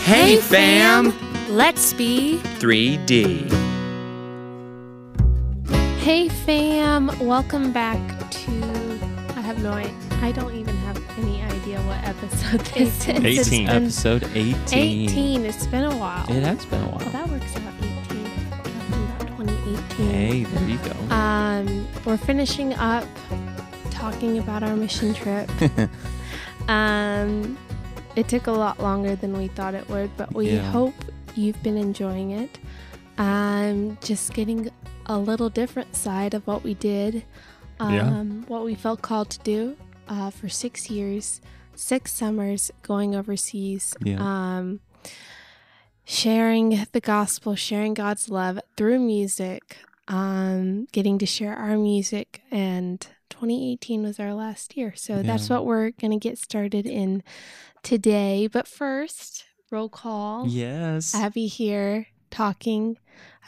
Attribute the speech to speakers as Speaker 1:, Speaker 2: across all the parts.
Speaker 1: Hey, fam!
Speaker 2: Let's be.
Speaker 1: 3D.
Speaker 2: Hey, fam! Welcome back to. I have no. i- I don't even have any idea what episode this is.
Speaker 3: 18.
Speaker 2: It's
Speaker 1: Episode
Speaker 2: been
Speaker 1: 18.
Speaker 2: 18. It's been a while.
Speaker 1: It has been a while.
Speaker 2: That works out. 18. About 2018.
Speaker 1: Hey, there you go.
Speaker 2: Um, we're finishing up talking about our mission trip. um, it took a lot longer than we thought it would, but we
Speaker 1: Yeah.
Speaker 2: hope you've been enjoying it. Um, just getting a little different side of what we did, um,
Speaker 3: Yeah.
Speaker 2: what we felt called to do uh, for six years, six summers going overseas.
Speaker 1: Yeah.
Speaker 2: Um, sharing the gospel, sharing God's love through music, um, getting to share our music. And 2018 was our last year. So that's
Speaker 1: Yeah.
Speaker 2: what we're going to get started in today. But first, roll call.
Speaker 1: Yes.
Speaker 2: Abby here talking.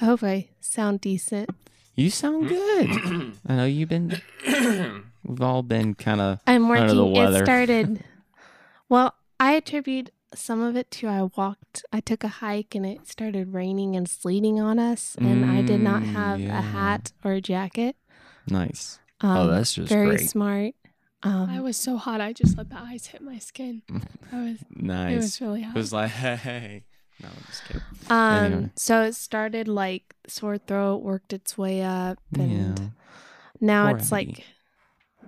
Speaker 2: I hope I sound decent.
Speaker 1: You sound good. I know you've been, we've all been kind of,
Speaker 2: I'm
Speaker 1: Under the
Speaker 2: working. It
Speaker 1: weather.
Speaker 2: started. well, I attribute some of it to I walked, I took a hike and it started raining and sleeting on us, and I did not
Speaker 1: Mm,
Speaker 2: have
Speaker 1: yeah.
Speaker 2: a hat or a jacket.
Speaker 1: nice.
Speaker 2: Um,
Speaker 1: Oh, that's just
Speaker 2: very
Speaker 1: great.
Speaker 2: smart. Um,
Speaker 4: I was so hot, I just let the ice hit my skin. I was,
Speaker 1: Nice.
Speaker 4: it was really hot.
Speaker 1: like, hey. No, I'm just kidding.
Speaker 2: um,
Speaker 1: anyway.
Speaker 2: so it started like sore throat, worked its way up, and
Speaker 1: Yeah.
Speaker 2: now
Speaker 1: Poor
Speaker 2: it's
Speaker 1: Abby.
Speaker 2: like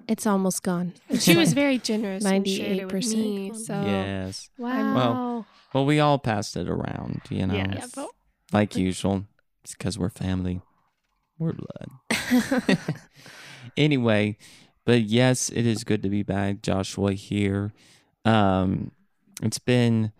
Speaker 2: it's almost gone.
Speaker 4: she was very generous. Ninety-eight
Speaker 2: 98%
Speaker 4: percent. Me,
Speaker 2: cool.
Speaker 4: so
Speaker 1: Yes.
Speaker 2: wow.
Speaker 1: Well, Well, we all passed it around, you know,
Speaker 4: Yeah.
Speaker 2: Yeah, but-
Speaker 1: like usual. It's because we're family, we're blood. anyway, but yes, it is good to be back. Joshua here. Um, it's been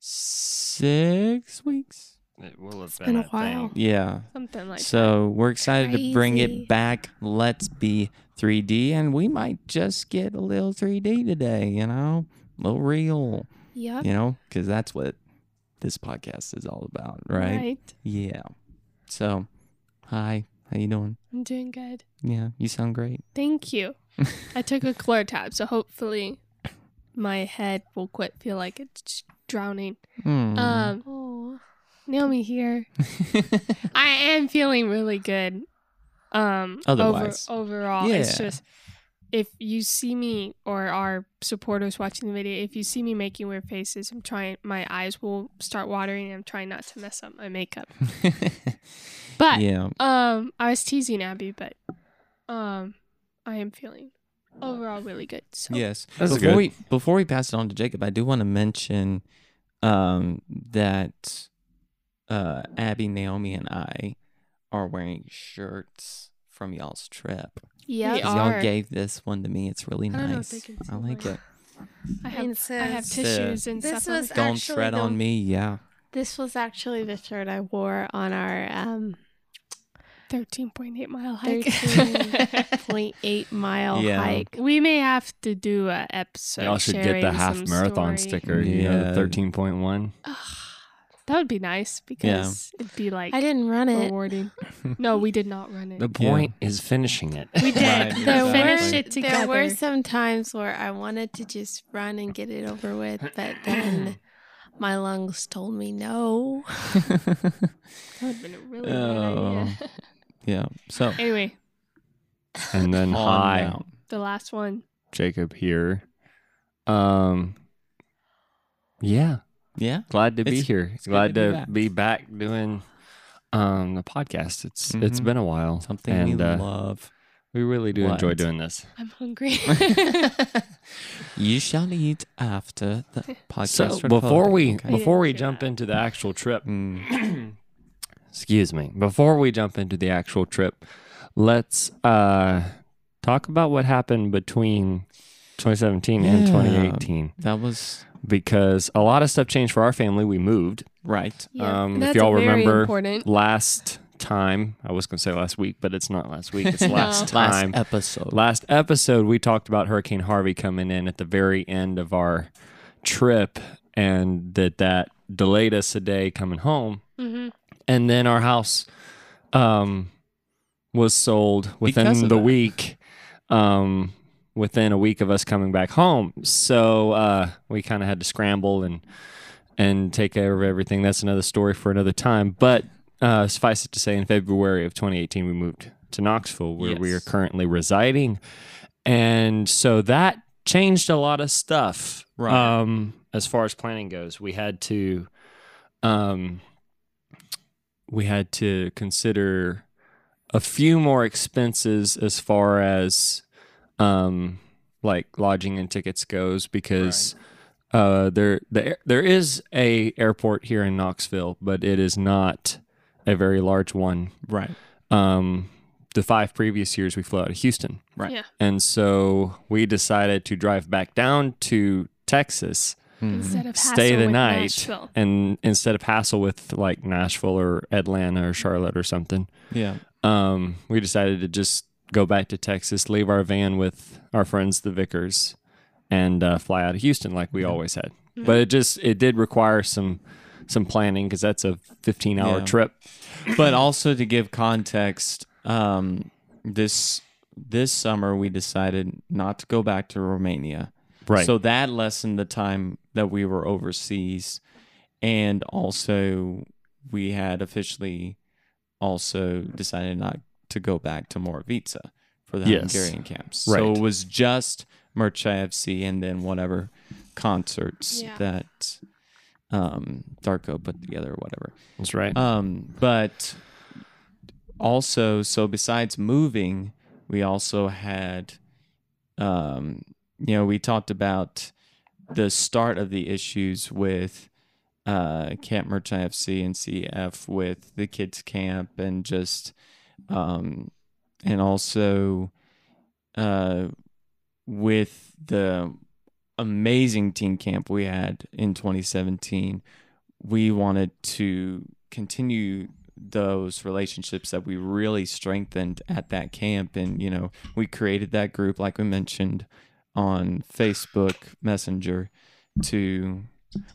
Speaker 1: six weeks.
Speaker 3: It will have
Speaker 2: been
Speaker 3: been,
Speaker 2: a
Speaker 3: a
Speaker 2: while.
Speaker 3: Thing.
Speaker 1: Yeah.
Speaker 4: something like
Speaker 1: So we're excited to bring
Speaker 2: Crazy.
Speaker 1: it back. Let's be 3D, and we might just get a little 3D today, you know, a little real,
Speaker 2: yep.
Speaker 1: you know, because that's what this podcast is all about,
Speaker 4: that.
Speaker 1: right? Yeah. So, hi, how you doing?
Speaker 4: I'm doing good.
Speaker 1: Yeah, you sound great.
Speaker 4: Thank you. I took a chlor tab, so hopefully my head will quit feel like it's drowning.
Speaker 1: Hmm.
Speaker 4: Um,
Speaker 2: Oh,
Speaker 4: Naomi here. I am feeling really good. Um, over-
Speaker 1: Otherwise.
Speaker 4: overall, it's
Speaker 1: Yeah.
Speaker 4: just if you see me or our supporters watching the video, if you see me making weird faces, I'm trying. My eyes will start watering. and I'm trying not to mess up my makeup. But
Speaker 1: yeah,
Speaker 4: um, I was teasing Abby, but um, I am feeling overall really good. So
Speaker 1: yes.
Speaker 3: That's
Speaker 1: before
Speaker 3: good.
Speaker 1: we before we pass it on to Jacob, I do want to mention um, that uh, Abby, Naomi, and I are wearing shirts from y'all's trip.
Speaker 4: yeah,
Speaker 1: 'Cause Y'all gave this one to me. It's really
Speaker 4: I don't know if
Speaker 1: nice.
Speaker 4: they can see
Speaker 1: I like
Speaker 4: mine.
Speaker 1: it.
Speaker 4: I have,
Speaker 2: It
Speaker 4: I have
Speaker 2: says-
Speaker 4: tissues and
Speaker 2: This
Speaker 4: stuff. on
Speaker 2: was
Speaker 4: the-
Speaker 1: Don't
Speaker 2: actually
Speaker 1: tread
Speaker 2: the-
Speaker 1: on me. Yeah.
Speaker 2: This was actually the shirt I wore on our um,
Speaker 4: 13.8 mile hike.
Speaker 2: 13.8 mile
Speaker 1: Yeah.
Speaker 2: hike.
Speaker 4: we may have to do a episode.
Speaker 3: Y'all should get the
Speaker 4: sharing
Speaker 3: half
Speaker 4: some story.
Speaker 3: marathon sticker. You know,
Speaker 1: Yeah.
Speaker 3: the thirteen point one.
Speaker 4: Ugh, that would be nice because it'd be like
Speaker 2: I didn't run it.
Speaker 4: rewarding. no, we did not run it.
Speaker 3: The
Speaker 1: point
Speaker 3: point is finishing it.
Speaker 4: we did.
Speaker 1: Right,
Speaker 4: We
Speaker 1: There
Speaker 4: finished
Speaker 1: were-
Speaker 4: it
Speaker 2: There
Speaker 4: together.
Speaker 2: were some times where I wanted to just run and get it over with, but then my lungs told me no.
Speaker 4: that would have been a really
Speaker 1: Oh.
Speaker 4: good idea.
Speaker 1: yeah. So
Speaker 4: anyway,
Speaker 3: And then
Speaker 1: on
Speaker 3: hi,
Speaker 1: out.
Speaker 4: the last one.
Speaker 3: Jacob here. Um. Yeah,
Speaker 1: Yeah.
Speaker 3: glad to be
Speaker 1: It's-
Speaker 3: here.
Speaker 1: it's good to
Speaker 3: Glad
Speaker 1: be
Speaker 3: to,
Speaker 1: back.
Speaker 3: be back doing um the podcast. It's it's
Speaker 1: Mhm.
Speaker 3: been a while.
Speaker 1: Something
Speaker 3: and,
Speaker 1: we
Speaker 3: uh,
Speaker 1: love.
Speaker 3: We really do enjoy
Speaker 1: What?
Speaker 3: doing this.
Speaker 4: I'm hungry.
Speaker 1: You shall eat after the podcast.
Speaker 3: So
Speaker 1: recording.
Speaker 3: before we
Speaker 1: Okay.
Speaker 3: before we
Speaker 4: do
Speaker 3: jump
Speaker 4: that.
Speaker 3: into the actual trip,
Speaker 1: Mm.
Speaker 3: excuse me before we jump into the actual trip let's uh talk about what happened between 2017 and
Speaker 1: Yeah.
Speaker 3: 2018
Speaker 1: that was
Speaker 3: because a lot of stuff changed for our family we moved
Speaker 1: right.
Speaker 3: um
Speaker 4: That's
Speaker 3: if y'all
Speaker 4: very
Speaker 3: remember
Speaker 4: important.
Speaker 3: last time i was gonna say last week but it's not last week it's last time
Speaker 1: Last episode.
Speaker 3: Last episode, we talked about Hurricane Harvey coming in at the very end of our trip, and that that delayed us a day coming home.
Speaker 2: Mm-hmm.
Speaker 4: Mhm.
Speaker 3: And then our house um, was sold
Speaker 1: Because
Speaker 3: within
Speaker 1: of
Speaker 3: the
Speaker 1: that.
Speaker 3: week, um, within a week of us coming back home. So uh, we kind of had to scramble and and take care of everything. That's another story for another time. But uh, suffice it to say, in February of 2018, we moved to Knoxville, where we are
Speaker 1: Yes.
Speaker 3: currently residing. And so that changed a lot of stuff
Speaker 1: Right.
Speaker 3: um, as far as planning goes. We had to. Um, we had to consider a few more expenses as far as um like lodging and tickets goes because uh there the, air- there is a airport here in Knoxville but it is not a very large one
Speaker 1: Right.
Speaker 3: um the five previous years we flew out of Houston
Speaker 1: Right.
Speaker 4: Yeah.
Speaker 3: and so we decided to drive back down to Texas
Speaker 1: Mhm.
Speaker 4: Instead of
Speaker 3: stay the night
Speaker 4: Nashville.
Speaker 3: and instead of hassle with like Nashville or Atlanta or Charlotte or something,
Speaker 1: Yeah.
Speaker 3: um, we decided to just go back to Texas, leave our van with our friends the Vickers, and uh, fly out of Houston like we always had. But it just it did require some some planning because that's a 15 hour
Speaker 1: Yeah.
Speaker 3: trip.
Speaker 1: but also to give context, um, this this summer we decided not to go back to Romania. So that lessened the time that we were overseas, and also we had officially also decided not to go back to Moravica for the
Speaker 3: Yes.
Speaker 1: Hungarian camps. So
Speaker 3: Right.
Speaker 1: it was just Merchevsky and then whatever concerts
Speaker 4: Yeah.
Speaker 1: that um, Darko put together or whatever.
Speaker 3: that's right.
Speaker 1: Um, but also, so besides moving, we also had, um, you know, we talked about the start of the issues with uh, Camp Merchant FC and CF with the kids' camp and just, um, and also uh, with the amazing teen camp we had in 2017 we wanted to continue those relationships that we really strengthened at that camp and you know we created that group like we mentioned on facebook messenger to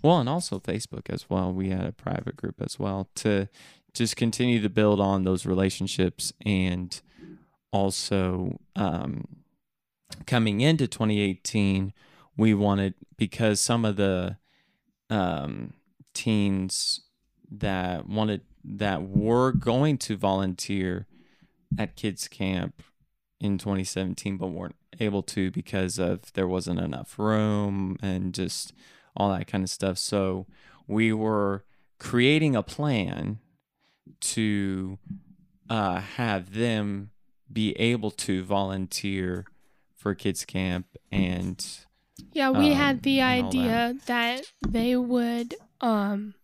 Speaker 1: well and also facebook as well we had a private group as well to just continue to build on those relationships and also um, coming into 2018 we wanted because some of the um, teens that wanted that were going to volunteer at kids camp in 2017 but weren't able to because of there wasn't enough room and just all that kind of stuff so we were creating a plan to uh, have them be able to volunteer for kids camp and
Speaker 4: Yeah, we
Speaker 1: um,
Speaker 4: had the
Speaker 1: and all that.
Speaker 4: idea that. they would um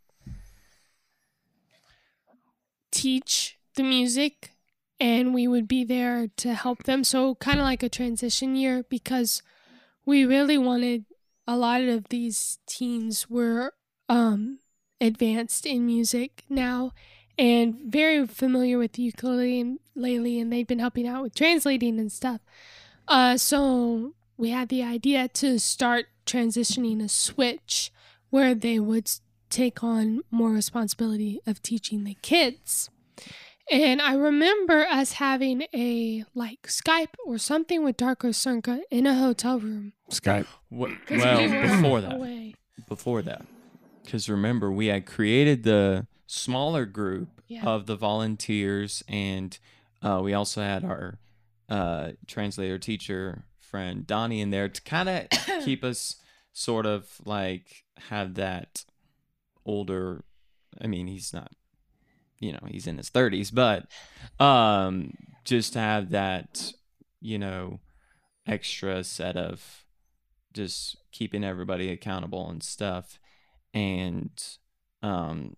Speaker 4: teach the music and we would be there to help them. So kind of like a transition year because we really wanted a lot of these teens were um advanced in music now and very familiar with the ukulele and lately and they've been helping out with translating and stuff. Uh so we had the idea to start transitioning a switch where they would s- take on more responsibility of teaching the kids. And I remember us having a like Skype or something with Darko Sernka in a hotel room.
Speaker 3: Skype.
Speaker 1: wh-
Speaker 4: 'Cause we were
Speaker 1: well before that
Speaker 4: away.
Speaker 1: before that. Because remember, we had created the smaller group
Speaker 4: Yeah.
Speaker 1: of the volunteers, and uh, we also had our uh, translator teacher friend Donnie in there to kind of keep us sort of like have that older. I mean, he's not, you know, he's in his 30s, but um, just to have that, you know, extra set of just keeping everybody accountable and stuff and um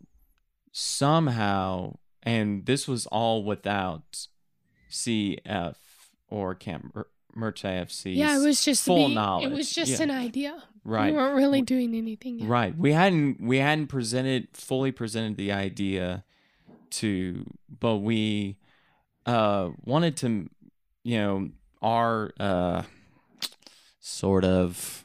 Speaker 1: somehow and this was all without cf or camp Mer- merch afc
Speaker 4: Yeah, it was just the
Speaker 1: full
Speaker 4: be-
Speaker 1: knowledge
Speaker 4: It was just
Speaker 1: Yeah.
Speaker 4: an idea.
Speaker 1: right
Speaker 4: We weren't really doing anything. Yet.
Speaker 1: Right. We hadn't we hadn't presented fully presented the idea to but we uh wanted to you know our uh sort of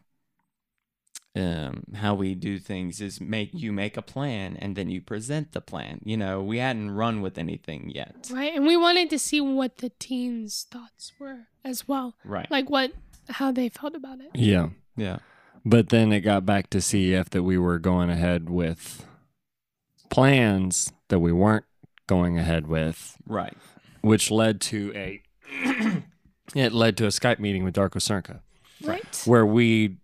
Speaker 1: um how we do things is make you make a plan and then you present the plan. You know, we hadn't run with anything yet.
Speaker 4: Right. And we wanted to see what the teens' thoughts were as well.
Speaker 1: Right.
Speaker 4: Like what how they felt about it.
Speaker 3: Yeah.
Speaker 1: yeah.
Speaker 3: But then it got back to CEF that we were going ahead with plans that we weren't going ahead with,
Speaker 1: Right.
Speaker 3: which led to a it led to a Skype meeting with Darko Cernka
Speaker 4: Right.
Speaker 3: where we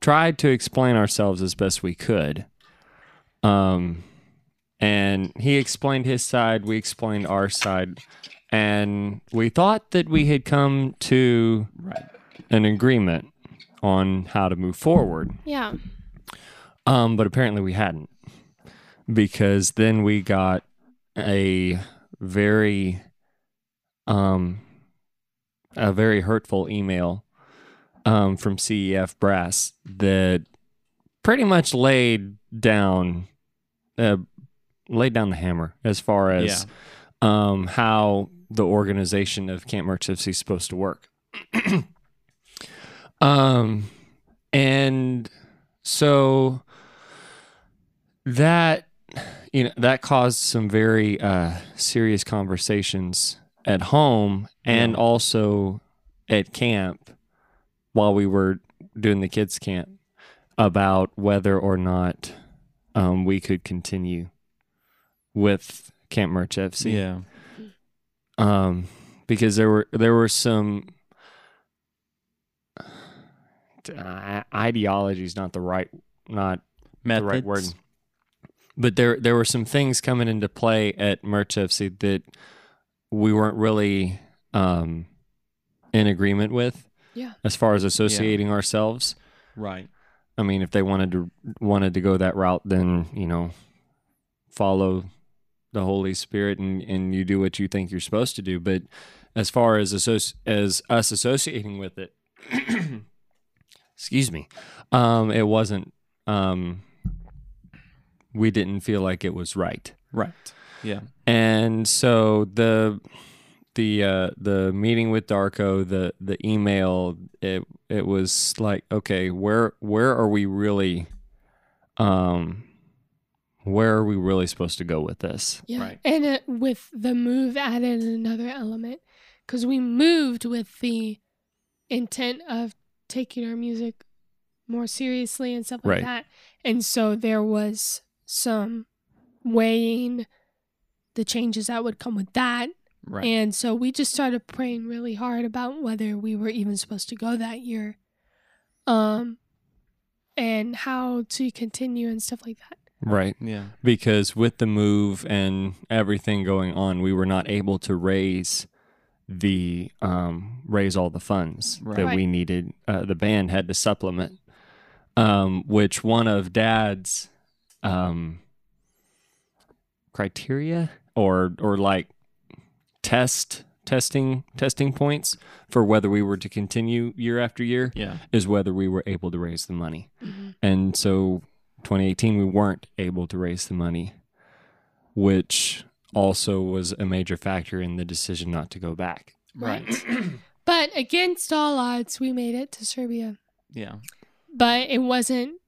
Speaker 3: tried to explain ourselves as best we could. Um, and he explained his side, we explained our side, and we thought that we had come to
Speaker 1: Right.
Speaker 3: an agreement on how to move forward.
Speaker 4: Yeah.
Speaker 3: Um, but apparently we hadn't because then we got a very, um, a very hurtful email, um, from CEF Brass that pretty much laid down, uh, laid down the hammer as far as, um, how the organization of Camp Murchifsy is supposed to work. um, and so that you know that caused some very uh, serious conversations at home and
Speaker 1: Yeah.
Speaker 3: also at camp while we were doing the kids camp about whether or not um, we could continue with Camp Merch FC
Speaker 1: Yeah.
Speaker 3: um, because there were there were some uh, ideology is not the right not
Speaker 1: Methods.
Speaker 3: the right word, but there there were some things coming into play at Merch FC that we weren't really um, in agreement with.
Speaker 4: Yeah.
Speaker 3: as far as associating ourselves.
Speaker 1: Right.
Speaker 3: I mean, if they wanted to wanted to go that route, then you know, follow the Holy Spirit and and you do what you think you're supposed to do. But as far as associ- as us associating with it, excuse me, um, it wasn't. Um, we didn't feel like it was right
Speaker 1: Right. Yeah.
Speaker 3: and so the the uh, the meeting with Darko, the the email, it it was like, okay, where where are we really, um, where are we really supposed to go with this?
Speaker 4: Yeah.
Speaker 1: Right.
Speaker 4: And uh, with the move added another element because we moved with the intent of taking our music more seriously and stuff like
Speaker 3: Right.
Speaker 4: that. And so there was some weighing the changes that would come with that.
Speaker 1: Right.
Speaker 4: And so we just started praying really hard about whether we were even supposed to go that year. Um and how to continue and stuff like that.
Speaker 3: Right,
Speaker 1: yeah.
Speaker 3: because with the move and everything going on, we were not able to raise the um, raise all the funds that
Speaker 1: Right.
Speaker 3: we needed. Uh, the band had to supplement, um, which one of Dad's um, criteria or or like test testing testing points for whether we were to continue year after year
Speaker 1: Yeah.
Speaker 3: is whether we were able to raise the money.
Speaker 4: Mm-hmm.
Speaker 3: And so 2018 we weren't able to raise the money, which also was a major factor in the decision not to go back.
Speaker 1: Right.
Speaker 4: But against all odds, we made it to Serbia.
Speaker 1: Yeah.
Speaker 4: But it wasn't,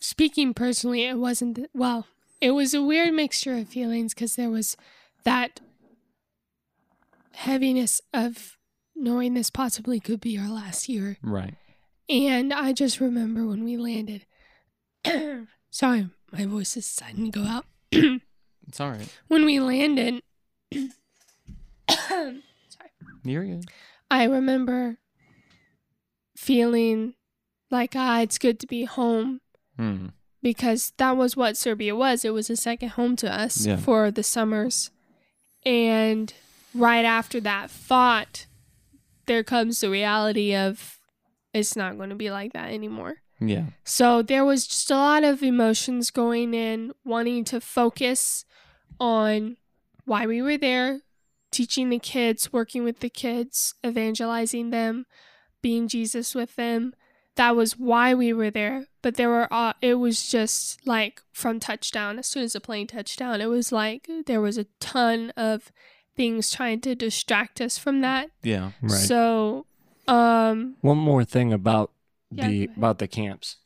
Speaker 4: speaking personally, it wasn't, th- well, it was a weird mixture of feelings because there was that heaviness of knowing this possibly could be our last year.
Speaker 1: Right.
Speaker 4: And I just remember when we landed. Sorry, my voice is starting to go out.
Speaker 1: It's all right.
Speaker 4: When we landed,
Speaker 1: You're good.
Speaker 4: I remember feeling like, ah, it's good to be home
Speaker 1: Hmm.
Speaker 4: because that was what Serbia was. It was a second home to us
Speaker 1: Yeah.
Speaker 4: for the summers. And right after that thought, there comes the reality of it's not going to be like that anymore.
Speaker 1: Yeah.
Speaker 4: So there was just a lot of emotions going in, wanting to focus on why we were there, teaching the kids, working with the kids, evangelizing them, being Jesus with them. That was why we were there. But there were, uh, it was just like from touchdown, as soon as the plane touched down, it was like there was a ton of things trying to distract us from that.
Speaker 1: Yeah.
Speaker 4: So, um,
Speaker 3: One more thing about
Speaker 4: Yeah, go
Speaker 3: the
Speaker 4: ahead.
Speaker 3: about the camps.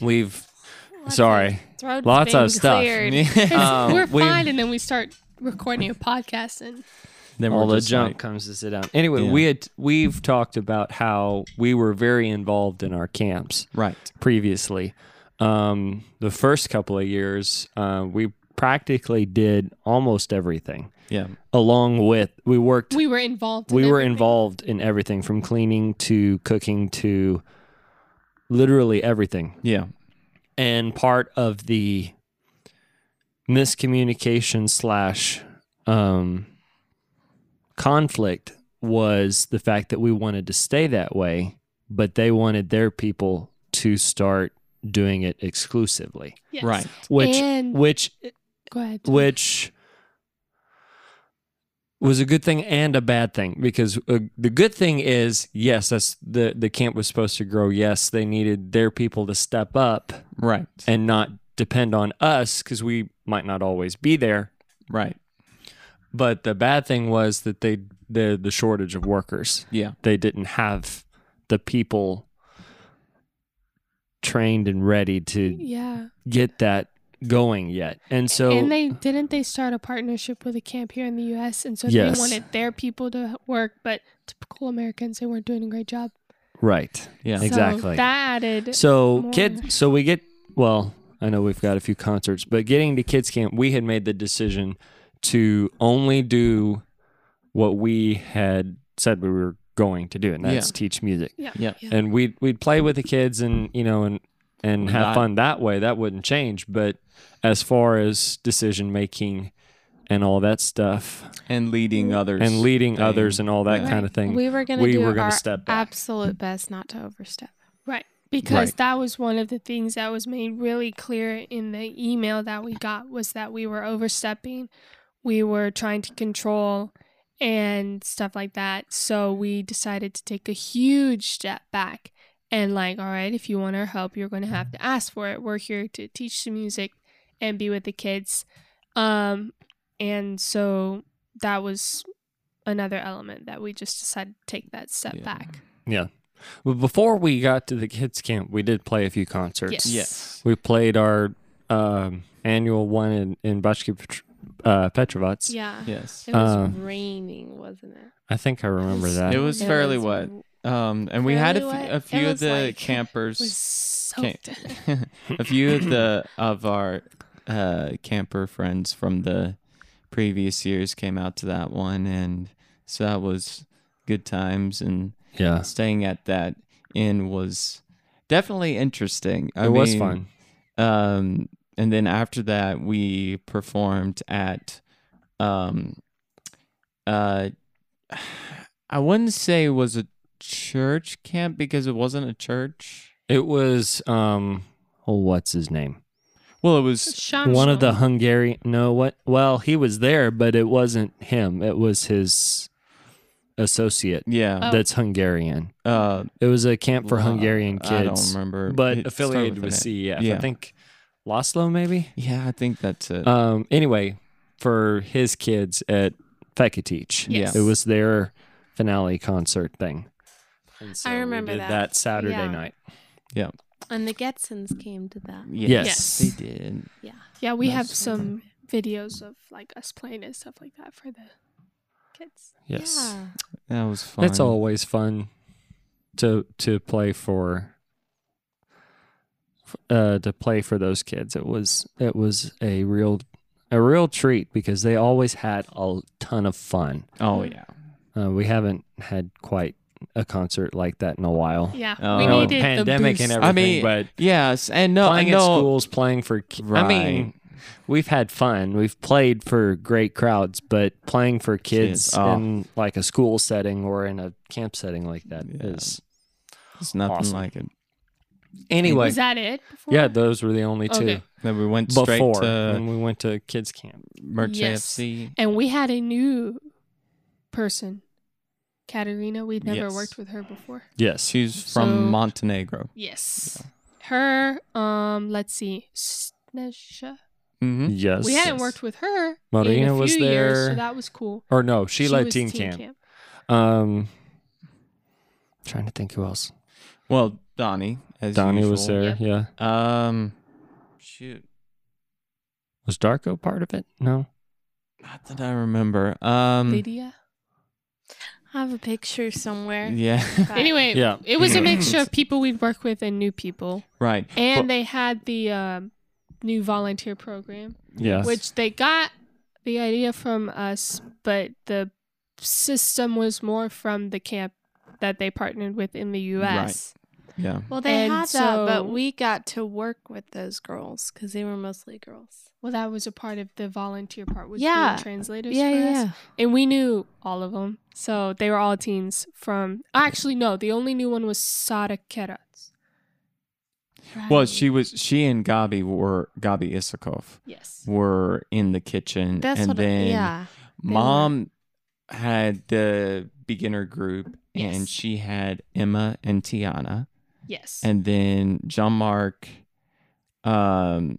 Speaker 3: We've
Speaker 4: Lots
Speaker 3: sorry.
Speaker 4: throat
Speaker 3: Lots of
Speaker 4: being
Speaker 3: stuff.
Speaker 4: cleared.
Speaker 1: Yeah.
Speaker 4: It's-
Speaker 3: Um,
Speaker 4: we're
Speaker 3: we-
Speaker 4: fine, and then we start recording a podcast, and
Speaker 3: then
Speaker 1: All
Speaker 3: all
Speaker 1: the
Speaker 3: the junk
Speaker 1: like-
Speaker 3: comes to sit down. Anyway,
Speaker 1: Yeah.
Speaker 3: we had we've talked about how we were very involved in our camps
Speaker 1: Right.
Speaker 3: previously. Um, the first couple of years, uh, we practically did almost everything.
Speaker 1: Yeah.
Speaker 3: Along with we worked, we,
Speaker 4: We were involved. in
Speaker 3: were
Speaker 4: everything.
Speaker 3: involved in everything from cleaning to cooking to literally everything
Speaker 1: Yeah.
Speaker 3: and part of the miscommunication slash um, conflict was the fact that we wanted to stay that way, but they wanted their people to start doing it exclusively,
Speaker 4: Yes.
Speaker 1: Right.
Speaker 3: which
Speaker 4: And-
Speaker 3: which
Speaker 4: Go ahead.
Speaker 3: which was a good thing and a bad thing because uh, the good thing is yes that's the the camp was supposed to grow yes they needed their people to step up
Speaker 1: Right.
Speaker 3: and not depend on us because we might not always be there.
Speaker 1: Right.
Speaker 3: But the bad thing was that they the the shortage of workers.
Speaker 1: Yeah.
Speaker 3: They didn't have the people trained and ready to
Speaker 4: yeah.
Speaker 3: get that going yet. And so
Speaker 4: and they didn't they start a partnership with a camp here in the U.S. and so
Speaker 3: Yes.
Speaker 4: they wanted their people to work, but typical Americans they weren't doing a great job.
Speaker 3: right.
Speaker 1: Yeah.
Speaker 4: So
Speaker 3: Exactly.
Speaker 4: that added.
Speaker 3: So
Speaker 4: more.
Speaker 3: kid, so we get well. I know we've got a few concerts, but getting to kids camp, we had made the decision to only do what we had said we were going to do, and that's
Speaker 1: Yeah.
Speaker 3: teach music.
Speaker 1: Yeah.
Speaker 5: Yeah.
Speaker 3: And we'd we'd play with the kids, and you know, and and have
Speaker 1: Not-
Speaker 3: fun that way. That wouldn't change, but as far as decision making and all that stuff,
Speaker 1: And leading others.
Speaker 3: and leading
Speaker 1: thing.
Speaker 3: others and all that
Speaker 1: Yeah.
Speaker 3: kind of thing,
Speaker 5: We were gonna
Speaker 3: we
Speaker 5: do
Speaker 3: were gonna
Speaker 5: our
Speaker 3: step back.
Speaker 5: absolute best not to overstep.
Speaker 4: because
Speaker 3: Right.
Speaker 4: that was one of the things that was made really clear in the email that we got was that we were overstepping we were trying to control and stuff like that so we decided to take a huge step back and like all right if you want our help you're going to have to ask for it we're here to teach the music and be with the kids um and so that was another element that we just decided to take that step
Speaker 1: Yeah.
Speaker 4: back
Speaker 3: Well, before we got to the kids camp, we did play a few concerts.
Speaker 4: Yes.
Speaker 1: Yes.
Speaker 3: We played our um, annual one in, in Bashki Petr- uh, Petrovac.
Speaker 5: Yeah.
Speaker 1: Yes.
Speaker 5: It was
Speaker 3: Uh,
Speaker 5: raining, wasn't it?
Speaker 3: I think I remember that.
Speaker 1: It was
Speaker 5: It
Speaker 1: fairly
Speaker 5: was
Speaker 1: wet.
Speaker 5: w-
Speaker 1: Um, and we had a,
Speaker 5: Fairly
Speaker 1: f-
Speaker 5: wet.
Speaker 1: a
Speaker 5: It
Speaker 1: few of
Speaker 5: was
Speaker 1: the
Speaker 5: like-
Speaker 1: campers.
Speaker 4: was soaked
Speaker 1: Can't- a few of the of our uh, camper friends from the previous years came out to that one, and so that was good times. And
Speaker 3: yeah.
Speaker 1: uh, staying at that inn was definitely interesting. I
Speaker 3: it was
Speaker 1: mean,
Speaker 3: fun.
Speaker 1: Um, and then after that, we performed at, um, uh, I wouldn't say it was a church camp because it wasn't a church.
Speaker 3: It was, um, oh, what's his name?
Speaker 1: Well, it was
Speaker 3: One of the Hungarian, no, what? Well, he was there, but it wasn't him. It was his associate
Speaker 1: yeah.
Speaker 4: Oh.
Speaker 3: that's Hungarian.
Speaker 1: Uh,
Speaker 3: It was a camp for
Speaker 1: uh,
Speaker 3: Hungarian kids.
Speaker 1: I don't remember,
Speaker 3: But
Speaker 1: It started
Speaker 3: affiliated
Speaker 1: an
Speaker 3: with
Speaker 1: A.
Speaker 3: CEF.
Speaker 1: Yeah.
Speaker 3: I think Laszlo, maybe?
Speaker 1: Yeah, I think that's it.
Speaker 3: Um, anyway, for his kids at Feka Teach,
Speaker 1: Yes.
Speaker 3: it was their finale concert thing. And so
Speaker 5: I
Speaker 3: we
Speaker 5: remember
Speaker 3: did
Speaker 5: that.
Speaker 3: Saturday
Speaker 5: Yeah.
Speaker 3: night.
Speaker 5: And the Getsons came to that.
Speaker 3: yes.
Speaker 1: they did.
Speaker 5: Yeah.
Speaker 4: Yeah, we have
Speaker 1: Nice.
Speaker 4: some videos of like us playing and stuff like that for the kids.
Speaker 3: Yes,
Speaker 5: Yeah.
Speaker 1: That was fun.
Speaker 3: it's always fun to to play for uh to play for those kids. It was it was a real a real treat because they always had a ton of fun.
Speaker 1: Oh yeah.
Speaker 3: Uh, we haven't had quite a concert like that in a while. Uh,
Speaker 4: Yeah,
Speaker 1: Oh.
Speaker 4: we
Speaker 1: No,
Speaker 4: needed
Speaker 3: pandemic
Speaker 4: the
Speaker 3: and
Speaker 4: boost.
Speaker 3: everything,
Speaker 1: I mean,
Speaker 3: but
Speaker 1: Yes, and no,
Speaker 3: playing
Speaker 1: no.
Speaker 3: at schools, playing for. Ki- I
Speaker 1: Right.
Speaker 3: mean, we've had fun. We've played for great crowds, but playing for kids,
Speaker 1: Kids, oh.
Speaker 3: in like a school setting or in a camp setting like that is.
Speaker 1: Yeah. It's nothing
Speaker 3: Awesome.
Speaker 1: like it.
Speaker 3: Anyway,
Speaker 4: Was that it? Before?
Speaker 3: yeah, those were the only two
Speaker 4: Okay.
Speaker 1: Then we went straight
Speaker 3: before
Speaker 1: to
Speaker 3: Mm-hmm. when we went to kids camp.
Speaker 1: Merch
Speaker 4: Yes.
Speaker 1: AFC.
Speaker 4: and we had a new person, Katerina. We'd never
Speaker 1: Yes.
Speaker 4: worked with her before.
Speaker 3: Yes,
Speaker 1: She's from
Speaker 4: So-
Speaker 1: Montenegro.
Speaker 4: Yes, her. Um, let's see, Snesha.
Speaker 1: Mm-hmm.
Speaker 3: yes.
Speaker 4: We hadn't
Speaker 1: yes.
Speaker 4: worked with her. in
Speaker 3: Marina
Speaker 4: a few
Speaker 3: was
Speaker 4: years,
Speaker 3: there.
Speaker 4: so that was cool.
Speaker 3: Or no, she, led
Speaker 4: was
Speaker 3: team, camp. Um, trying to think who else.
Speaker 1: Well, Donnie, as
Speaker 3: Donnie
Speaker 1: usual.
Speaker 3: was there.
Speaker 4: Yep.
Speaker 3: Yeah.
Speaker 1: Um, shoot,
Speaker 3: Was Darko part of it? No.
Speaker 1: not that I remember. Um,
Speaker 3: Hmm.
Speaker 4: Lydia.
Speaker 5: I have a picture somewhere.
Speaker 1: Yeah.
Speaker 5: but-
Speaker 4: Anyway,
Speaker 3: Yeah.
Speaker 4: it was a mixture of people we'd worked with and new people,
Speaker 1: right.
Speaker 4: and
Speaker 1: Well-
Speaker 4: they had the um, new volunteer program,
Speaker 3: Yeah.
Speaker 4: which they got the idea from us, but the system was more from the camp that they partnered with in the U.S.
Speaker 1: yeah.
Speaker 5: Well, they
Speaker 4: And
Speaker 5: had that,
Speaker 4: so-
Speaker 5: but we got to work with those girls because they were mostly girls.
Speaker 4: Well, that was a part of the volunteer part was
Speaker 5: Yeah.
Speaker 4: being translators. for us. and we knew all of them. So they were all teens from. Actually, no, the only new one was Sada Kerats.
Speaker 1: Well, she was. She and Gabi were Gabi Isakov
Speaker 4: Yes.
Speaker 1: were in the kitchen,
Speaker 5: That's
Speaker 1: and
Speaker 5: what.
Speaker 1: then
Speaker 5: yeah. were.
Speaker 1: mom had the beginner group,
Speaker 4: Yes.
Speaker 1: and she had Emma and Tiana,
Speaker 4: Yes.
Speaker 1: and then Jean Marc. Um,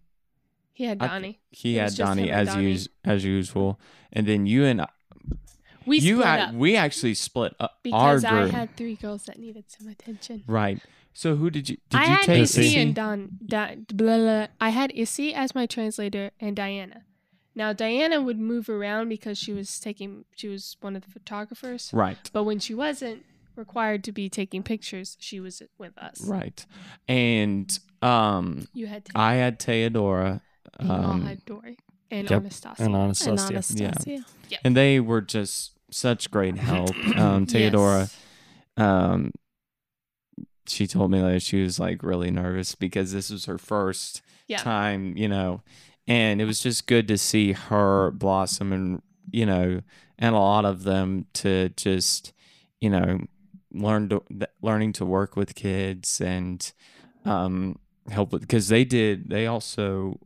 Speaker 4: he had
Speaker 1: I-
Speaker 4: Donnie.
Speaker 1: he
Speaker 4: It
Speaker 1: had
Speaker 4: was just
Speaker 1: Donnie
Speaker 4: him and
Speaker 1: as
Speaker 4: Donnie.
Speaker 1: us- as usual, and then you and
Speaker 4: We
Speaker 1: you
Speaker 4: split
Speaker 1: ac-
Speaker 4: up
Speaker 1: we actually split up our
Speaker 4: because I
Speaker 1: group,
Speaker 4: had three girls that needed some attention.
Speaker 1: right? So who did you did
Speaker 4: I
Speaker 1: you
Speaker 4: had
Speaker 1: take?
Speaker 4: Issy
Speaker 3: Issy?
Speaker 4: and Don. Di- blah, blah. I had Issy as my translator and Diana. Now Diana would move around because she was taking. She was one of the photographers,
Speaker 1: Right.
Speaker 4: but when she wasn't required to be taking pictures, she was with us.
Speaker 1: Right. And um
Speaker 4: You had to.
Speaker 1: I had Theodora.
Speaker 4: They all
Speaker 1: Um,
Speaker 4: had Dory and
Speaker 3: Yep,
Speaker 4: Anastasia.
Speaker 3: And honestly,
Speaker 5: And
Speaker 3: yeah.
Speaker 5: Anastasia.
Speaker 1: and they were just such great help. Um Theodora
Speaker 4: Yes.
Speaker 1: um she told me later she was like really nervous because this was her first
Speaker 4: Yeah.
Speaker 1: time, you know. And it was just good to see her blossom and you know, and a lot of them to just, you know, learn to th- learning to work with kids and um help with because they did they also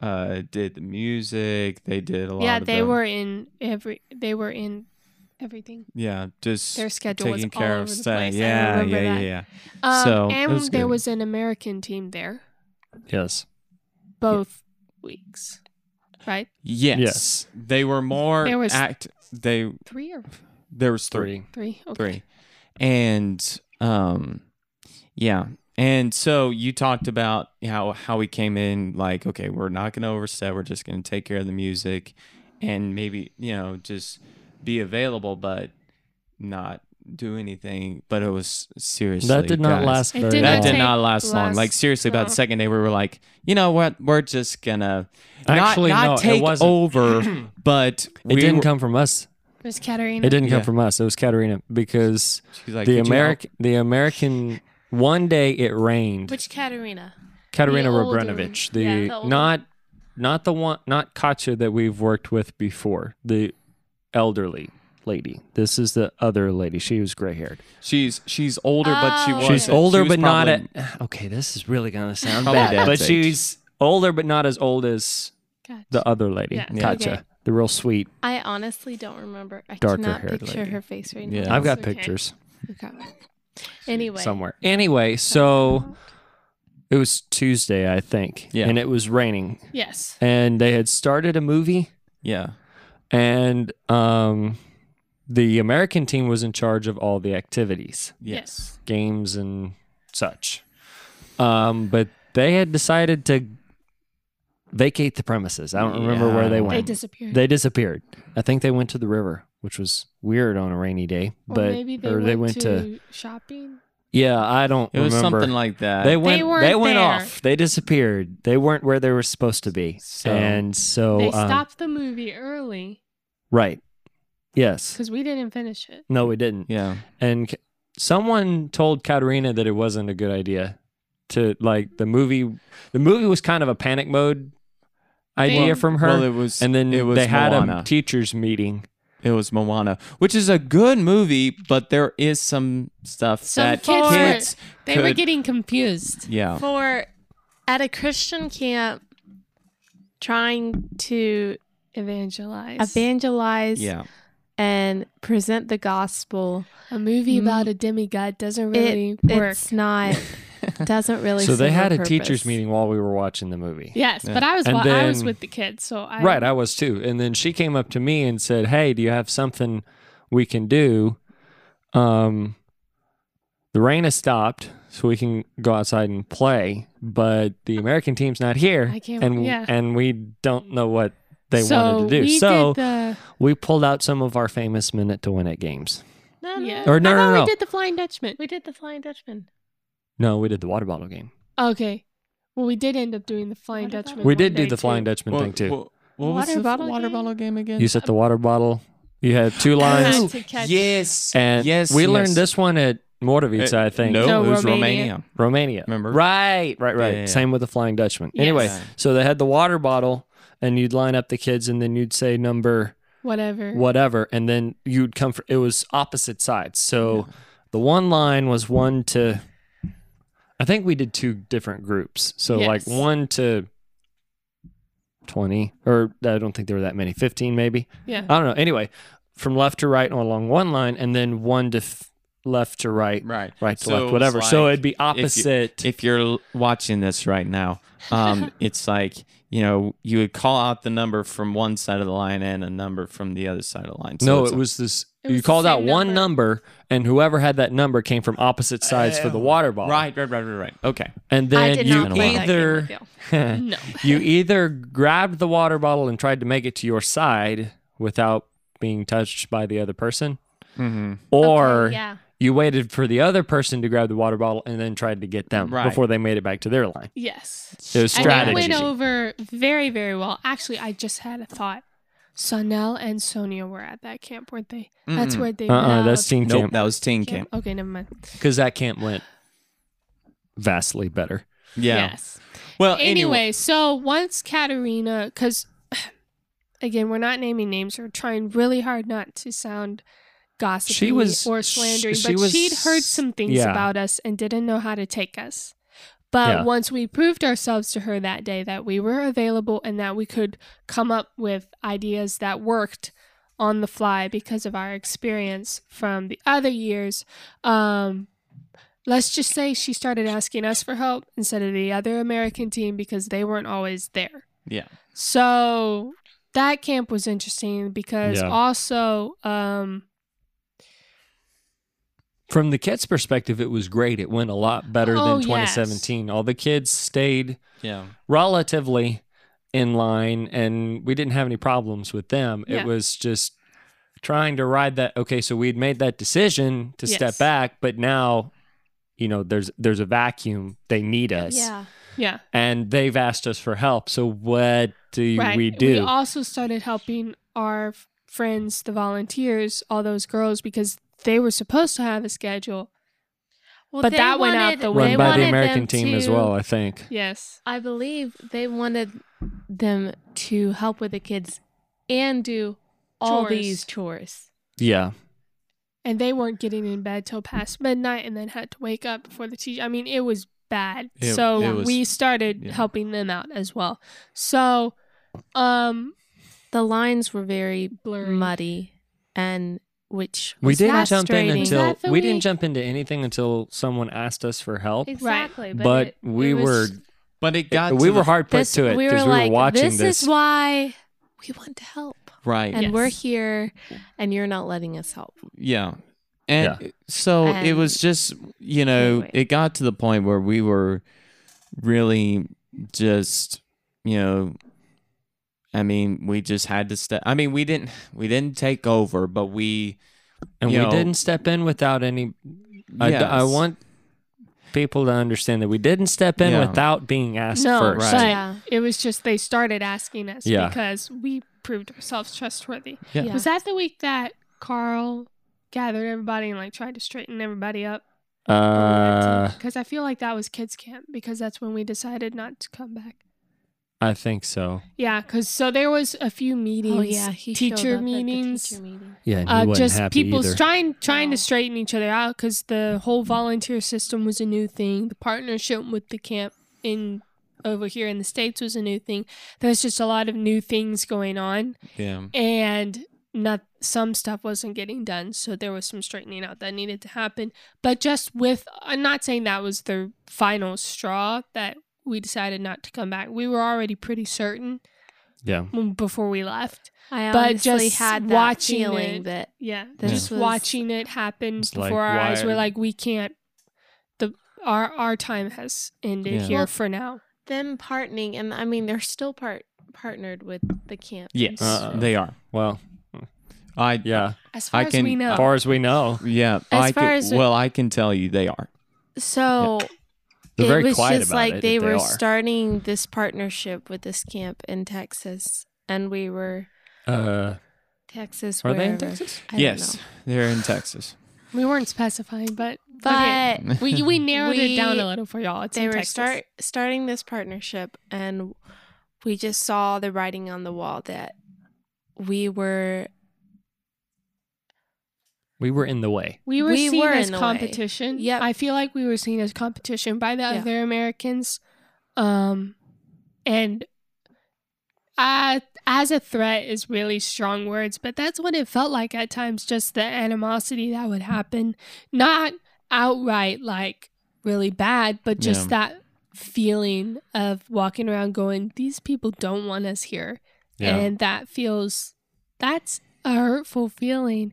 Speaker 1: uh did the music they did a lot
Speaker 4: Yeah,
Speaker 1: of
Speaker 4: they
Speaker 1: the-
Speaker 4: were in every. They were in everything.
Speaker 1: yeah just
Speaker 4: Their schedule was
Speaker 1: taking care
Speaker 4: all
Speaker 1: of
Speaker 4: over the
Speaker 1: stuff
Speaker 4: place. I
Speaker 1: yeah yeah,
Speaker 4: remember
Speaker 1: yeah
Speaker 4: that.
Speaker 1: yeah
Speaker 4: Um,
Speaker 1: So, it
Speaker 4: and
Speaker 1: was
Speaker 4: there
Speaker 1: good.
Speaker 4: was an American team there
Speaker 3: Yes.
Speaker 4: both weeks, right?
Speaker 1: yes.
Speaker 3: Yes.
Speaker 1: they were more
Speaker 4: There was-
Speaker 1: act they
Speaker 4: Three or
Speaker 1: there was three
Speaker 3: Three.
Speaker 4: three? Okay.
Speaker 1: three and um yeah and so you talked about how how we came in like okay we're not going to overstep we're just going to take care of the music and maybe you know just be available but not do anything but it was seriously
Speaker 3: That did not
Speaker 1: guys,
Speaker 3: last
Speaker 4: It
Speaker 3: very
Speaker 1: that
Speaker 4: did not
Speaker 3: long.
Speaker 1: did
Speaker 4: take
Speaker 1: not last long
Speaker 4: last
Speaker 1: like seriously about the
Speaker 4: long.
Speaker 1: second day we were like you know what we're just gonna
Speaker 3: Actually,
Speaker 1: not,
Speaker 3: no,
Speaker 1: not take
Speaker 3: it wasn't.
Speaker 1: over but
Speaker 3: It
Speaker 1: we
Speaker 3: didn't
Speaker 1: were-
Speaker 3: come from us.
Speaker 4: It was Katarina.
Speaker 3: It didn't
Speaker 1: Yeah.
Speaker 3: come from us. It was Katarina because
Speaker 1: she's like, "Could
Speaker 3: the
Speaker 1: you help?"
Speaker 3: American, the American. One day it rained.
Speaker 5: Which Katerina?
Speaker 3: Katerina
Speaker 4: The older one.
Speaker 3: Robrenovic, the,
Speaker 5: Yeah, the older
Speaker 3: not not the one, not Katya that we've worked with before, the elderly lady. This is the other lady. She was gray haired.
Speaker 1: She's she's older, but she
Speaker 5: Oh,
Speaker 1: was
Speaker 5: okay.
Speaker 3: She's
Speaker 5: She
Speaker 3: older, but not at. Okay, this is really gonna sound
Speaker 1: Probably
Speaker 3: bad,
Speaker 1: dad's
Speaker 3: but
Speaker 1: age.
Speaker 3: she's older, but not as old as
Speaker 4: Gotcha.
Speaker 3: the other lady,
Speaker 4: Yeah.
Speaker 1: Yeah.
Speaker 3: Katya,
Speaker 5: Okay.
Speaker 3: the real sweet.
Speaker 5: I honestly don't remember. I
Speaker 3: Darker
Speaker 5: cannot
Speaker 3: haired
Speaker 5: picture
Speaker 3: lady.
Speaker 5: her face right
Speaker 1: Yeah.
Speaker 5: now.
Speaker 3: I've got
Speaker 4: okay.
Speaker 3: pictures
Speaker 5: Okay. Anyway,
Speaker 3: somewhere. Anyway, so it was Tuesday, I think,
Speaker 1: Yeah.
Speaker 3: and it was raining,
Speaker 4: Yes.
Speaker 3: and they had started a movie.
Speaker 1: Yeah,
Speaker 3: and um, the American team was in charge of all the activities,
Speaker 1: yes,
Speaker 3: games and such. Um, but they had decided to vacate the premises. I don't remember where they
Speaker 1: Yeah.
Speaker 4: They
Speaker 3: went.
Speaker 4: disappeared.
Speaker 3: They disappeared. I think they went to the river, which was weird on a rainy day.
Speaker 4: or
Speaker 3: but
Speaker 4: maybe they,
Speaker 3: or
Speaker 4: went
Speaker 3: they went to,
Speaker 4: shopping.
Speaker 3: yeah, I don't
Speaker 1: it was
Speaker 3: remember.
Speaker 1: something like that.
Speaker 3: they went.
Speaker 4: weren't
Speaker 3: They, went
Speaker 4: there.
Speaker 3: off. They disappeared. They weren't where they were supposed to be.
Speaker 1: So-
Speaker 3: and so
Speaker 4: they
Speaker 3: um,
Speaker 4: stopped the movie early
Speaker 3: Right. Yes.
Speaker 4: because we didn't finish it.
Speaker 3: No, we didn't.
Speaker 1: yeah,
Speaker 3: and c- someone told Katerina that it wasn't a good idea to like the movie. The movie was kind of a panic mode idea
Speaker 4: Well-
Speaker 3: from her,
Speaker 1: Well, it was,
Speaker 3: and then
Speaker 1: it was
Speaker 3: they had
Speaker 1: Moana.
Speaker 3: a teachers meeting.
Speaker 1: it was Moana, which is a good movie, but there is some stuff
Speaker 5: Some
Speaker 1: that
Speaker 5: kids
Speaker 1: kids,
Speaker 5: were-
Speaker 4: They were
Speaker 1: could-
Speaker 4: getting confused.
Speaker 1: yeah,
Speaker 5: for at a Christian camp, trying to
Speaker 4: Evangelize.
Speaker 5: evangelize
Speaker 1: yeah,
Speaker 5: and present the gospel,
Speaker 4: A movie
Speaker 5: Mm.
Speaker 2: Mm-hmm.
Speaker 4: about a demigod doesn't really
Speaker 5: it
Speaker 4: work.
Speaker 5: it's not doesn't really.
Speaker 3: so they
Speaker 5: serve
Speaker 3: had a
Speaker 5: purpose.
Speaker 3: teachers meeting while we were watching the movie.
Speaker 4: Yes, but I was
Speaker 3: And
Speaker 4: wa- I was
Speaker 3: then-
Speaker 4: with the kids, so I
Speaker 3: Right, I was too. And then she came up to me and said, "Hey, do you have something we can do? Um, the rain has stopped, so we can go outside and play, but the American team's not here,
Speaker 4: I can't-
Speaker 3: and
Speaker 4: yeah.
Speaker 3: and we don't know what they wanted to do.
Speaker 4: We
Speaker 3: so
Speaker 4: did the,
Speaker 3: we pulled out some of our famous minute to win it games.
Speaker 2: No,
Speaker 4: Yeah.
Speaker 3: Or no,
Speaker 2: I
Speaker 3: no,
Speaker 2: thought
Speaker 3: no.
Speaker 2: We did the Flying Dutchman.
Speaker 4: we did the Flying Dutchman.
Speaker 3: No, we did the water bottle game.
Speaker 4: Okay. Well, we did end up doing the Flying
Speaker 2: What about-
Speaker 4: Dutchman.
Speaker 3: We
Speaker 4: one
Speaker 3: did do
Speaker 4: day,
Speaker 3: the
Speaker 4: too.
Speaker 3: Flying Dutchman
Speaker 1: Well,
Speaker 3: thing too.
Speaker 1: well, what was
Speaker 2: Water
Speaker 1: the f-
Speaker 2: bottle
Speaker 1: water
Speaker 2: game?
Speaker 1: bottle game again?
Speaker 3: you set the water bottle. You had two
Speaker 4: I had
Speaker 3: lines,
Speaker 4: to catch-
Speaker 1: yes,
Speaker 3: and
Speaker 1: yes,
Speaker 3: we
Speaker 1: yes.
Speaker 3: learned this one at Mordovica,
Speaker 1: Uh,
Speaker 3: I think.
Speaker 1: No,
Speaker 4: No,
Speaker 1: it was
Speaker 4: Romania.
Speaker 1: Romania.
Speaker 3: Romania.
Speaker 1: Remember?
Speaker 3: Right, right, right.
Speaker 1: Yeah, yeah,
Speaker 3: Same with the Flying Dutchman.
Speaker 4: Yes.
Speaker 3: Anyway,
Speaker 1: Yeah.
Speaker 3: so they had the water bottle, and you'd line up the kids, and then you'd say number
Speaker 4: Whatever.
Speaker 3: whatever, and then you'd come. For, it was opposite sides, so the one line was one to. I think we did two different groups, so like
Speaker 4: Yes.
Speaker 3: one to. 20 or I don't think there were that many 15 maybe
Speaker 4: Yeah.
Speaker 3: I don't know ananyway from left to right along one line and then one to f- left to right
Speaker 1: Right.
Speaker 3: right to
Speaker 1: So it
Speaker 3: left
Speaker 1: was
Speaker 3: whatever so
Speaker 1: like,
Speaker 3: it'd be opposite
Speaker 1: If you're l- watching this right now, um, it's like you know you would call out the number from one side of the line and a number from the other side of the line. So
Speaker 3: No,
Speaker 1: it's
Speaker 3: it
Speaker 1: a-
Speaker 3: was this.
Speaker 4: It
Speaker 3: you
Speaker 4: was the
Speaker 3: called out
Speaker 4: same
Speaker 3: one
Speaker 4: number.
Speaker 3: number, and whoever had that number came from opposite sides for the water bottle.
Speaker 1: Oh, right, right, right, right, right. Okay,
Speaker 3: and
Speaker 2: I
Speaker 3: then
Speaker 2: did
Speaker 3: you
Speaker 2: not play that game
Speaker 3: either
Speaker 2: with y'all.
Speaker 4: No.
Speaker 3: you either grabbed the water bottle and tried to make it to your side without being touched by the other person,
Speaker 1: mm-hmm.
Speaker 4: Oh,
Speaker 3: or
Speaker 2: Okay, yeah.
Speaker 3: you waited for the other person to grab the water bottle and then tried to get them
Speaker 1: Right.
Speaker 3: before they made it back to their line.
Speaker 4: Yes.
Speaker 3: It was
Speaker 4: And
Speaker 3: strategy.
Speaker 4: it went over very, very well. Actually, I just had a thought. Sonel and Sonia were at that camp, weren't they? That's
Speaker 1: Mm-mm.
Speaker 4: where they.
Speaker 3: uh uh
Speaker 4: met
Speaker 3: that's
Speaker 4: up.
Speaker 3: team
Speaker 1: nope,
Speaker 3: camp
Speaker 1: that was teen camp.
Speaker 4: Okay, never mind.
Speaker 3: because that camp went vastly better.
Speaker 1: Yeah.
Speaker 4: Yes.
Speaker 1: Well,
Speaker 4: anyway, so once Katerina, because again, we're not naming names or trying really hard not to sound gossipy
Speaker 3: She was-
Speaker 4: or slandering,
Speaker 3: sh- she
Speaker 4: but
Speaker 3: was-
Speaker 4: she'd heard some things
Speaker 3: yeah.
Speaker 4: about us and didn't know how to take us. But
Speaker 3: Yeah.
Speaker 4: once we proved ourselves to her that day that we were available and that we could come up with ideas that worked on the fly because of our experience from the other years, um, let's just say she started asking us for help instead of the other American team because they weren't always there.
Speaker 1: Yeah.
Speaker 4: So that camp was interesting because
Speaker 3: Yeah.
Speaker 4: also, um,
Speaker 3: from the kids' perspective, it was great. It went a lot better
Speaker 4: Oh,
Speaker 3: than
Speaker 4: yes.
Speaker 3: 2017. All the kids stayed
Speaker 1: yeah,
Speaker 3: relatively in line, and we didn't have any problems with them.
Speaker 4: Yeah.
Speaker 3: It was just trying to ride that. Okay, so we'd made that decision to step
Speaker 4: Yes.
Speaker 3: back, but now, you know, there's there's a vacuum. They need us,
Speaker 2: Yeah.
Speaker 4: yeah,
Speaker 3: and they've asked us for help. So what do
Speaker 4: right.
Speaker 3: we do?
Speaker 4: also started helping our f- friends, the volunteers, all those girls, because they were supposed to have a schedule.
Speaker 2: Well,
Speaker 4: But
Speaker 2: they
Speaker 4: that went out the
Speaker 3: Run
Speaker 4: window.
Speaker 2: they
Speaker 3: by the
Speaker 2: wanted
Speaker 3: American
Speaker 2: them
Speaker 3: team as
Speaker 2: to-
Speaker 3: well, I think.
Speaker 4: Yes.
Speaker 2: I believe they wanted them to help with the kids and do all
Speaker 4: Chores.
Speaker 2: these chores.
Speaker 3: Yeah,
Speaker 4: And they weren't getting in bed till past midnight and then had to wake up before the teacher. I mean, it was bad.
Speaker 1: It-
Speaker 4: so
Speaker 1: it was-
Speaker 4: we started
Speaker 1: yeah.
Speaker 4: helping them out as well. So, um,
Speaker 2: The lines were very
Speaker 4: blurry.
Speaker 2: muddy and which
Speaker 3: we
Speaker 2: was
Speaker 3: didn't jump in
Speaker 2: frustrating.
Speaker 3: until
Speaker 4: that the
Speaker 3: we didn't
Speaker 4: week?
Speaker 3: jump into anything until someone asked us for help.
Speaker 2: exactly
Speaker 3: but,
Speaker 2: it-
Speaker 3: we
Speaker 2: it was-
Speaker 3: were
Speaker 1: but it got
Speaker 3: we
Speaker 1: to
Speaker 3: were
Speaker 1: the-
Speaker 3: hard put
Speaker 2: this-
Speaker 3: to it
Speaker 2: we
Speaker 3: because we were,
Speaker 2: like,
Speaker 3: watching
Speaker 2: this,
Speaker 3: this.
Speaker 2: is why we want to help
Speaker 1: right.
Speaker 2: and
Speaker 4: Yes.
Speaker 2: we're here and you're not letting us help
Speaker 1: Yeah. And so it was
Speaker 2: And-
Speaker 1: just, you know,
Speaker 2: Anyway.
Speaker 1: it got to the point where we were really just, you know, I mean, we just had to step. I mean, we didn't we didn't take over, but we
Speaker 3: and we
Speaker 1: you know-
Speaker 3: didn't step in without any. I,
Speaker 1: Yes.
Speaker 3: I want people to understand that we didn't step in
Speaker 1: Yeah.
Speaker 3: without being asked
Speaker 4: No,
Speaker 3: first.
Speaker 1: Right.
Speaker 2: yeah
Speaker 4: It was just they started asking us
Speaker 3: Yeah.
Speaker 4: because we proved ourselves trustworthy.
Speaker 1: Yeah.
Speaker 2: Yeah.
Speaker 4: Was that the week that Carl gathered everybody and like tried to straighten everybody up?
Speaker 3: Uh,
Speaker 4: Because I feel like that was kids camp because that's when we decided not to come back.
Speaker 3: I think so.
Speaker 4: Yeah, because so there was a few meetings.
Speaker 2: oh yeah he showed up
Speaker 4: teacher
Speaker 2: at the
Speaker 4: meetings.
Speaker 2: teacher meeting.
Speaker 3: Yeah, and he
Speaker 4: Uh,
Speaker 3: wasn't
Speaker 4: just
Speaker 3: happy
Speaker 4: people
Speaker 3: either.
Speaker 4: trying trying
Speaker 2: No.
Speaker 4: to straighten each other out because the whole volunteer system was a new thing. The partnership with the camp in over here in the states was a new thing. There's just a lot of new things going on.
Speaker 1: yeah.
Speaker 4: and not some stuff wasn't getting done so there was some straightening out that needed to happen but just with i'm not saying that was the final straw that we decided not to come back we were already pretty certain
Speaker 3: yeah,
Speaker 4: when- before we left
Speaker 2: i
Speaker 4: But
Speaker 2: honestly
Speaker 4: just
Speaker 2: had that
Speaker 4: watching
Speaker 2: feeling
Speaker 4: it-
Speaker 2: that
Speaker 4: yeah
Speaker 2: This
Speaker 4: just
Speaker 2: was-
Speaker 4: watching it happen
Speaker 3: It's
Speaker 4: before
Speaker 3: like,
Speaker 4: our
Speaker 3: why-
Speaker 4: eyes we're like we can't the our our time has ended
Speaker 1: Yeah.
Speaker 4: here
Speaker 2: Well,
Speaker 4: for now
Speaker 2: them partnering and i mean they're still part partnered with the camp.
Speaker 1: Yes,
Speaker 3: Uh,
Speaker 1: they are.
Speaker 3: Well,
Speaker 1: I
Speaker 3: yeah.
Speaker 4: As far
Speaker 1: I
Speaker 4: as
Speaker 1: can-
Speaker 4: we know,
Speaker 3: As far as we know,
Speaker 1: yeah.
Speaker 2: As
Speaker 1: I
Speaker 2: far
Speaker 1: can,
Speaker 2: as-
Speaker 1: well, I can tell you they are.
Speaker 2: So
Speaker 3: they're
Speaker 2: it
Speaker 3: very
Speaker 2: was
Speaker 3: quiet
Speaker 2: just
Speaker 3: about
Speaker 2: like
Speaker 3: it. if
Speaker 2: they were
Speaker 3: are.
Speaker 2: starting this partnership with this camp in Texas, and we were
Speaker 3: uh,
Speaker 2: Texas.
Speaker 3: are they in
Speaker 2: wherever.
Speaker 3: Texas?
Speaker 2: I don't
Speaker 1: yes,
Speaker 2: know.
Speaker 1: they're in Texas.
Speaker 4: we weren't specifying, but
Speaker 2: but
Speaker 4: we we narrowed it down
Speaker 2: We-
Speaker 4: a little for y'all. It's
Speaker 2: they
Speaker 4: in
Speaker 2: were
Speaker 4: Texas.
Speaker 2: start starting this partnership, and we just saw the writing on the wall that we were
Speaker 3: We were in the way.
Speaker 4: We were
Speaker 2: We
Speaker 4: seen
Speaker 2: were
Speaker 4: as
Speaker 2: in a way.
Speaker 4: competition.
Speaker 2: Yep.
Speaker 4: I feel like we were seen as competition by the
Speaker 2: Yeah.
Speaker 4: other Americans. Um and uh, as a threat is really strong words, but that's what it felt like at times, just the animosity that would happen. Not outright like really bad, but just
Speaker 1: Yeah.
Speaker 4: that feeling of walking around going, These people don't want us here. And that feels that's a hurtful feeling.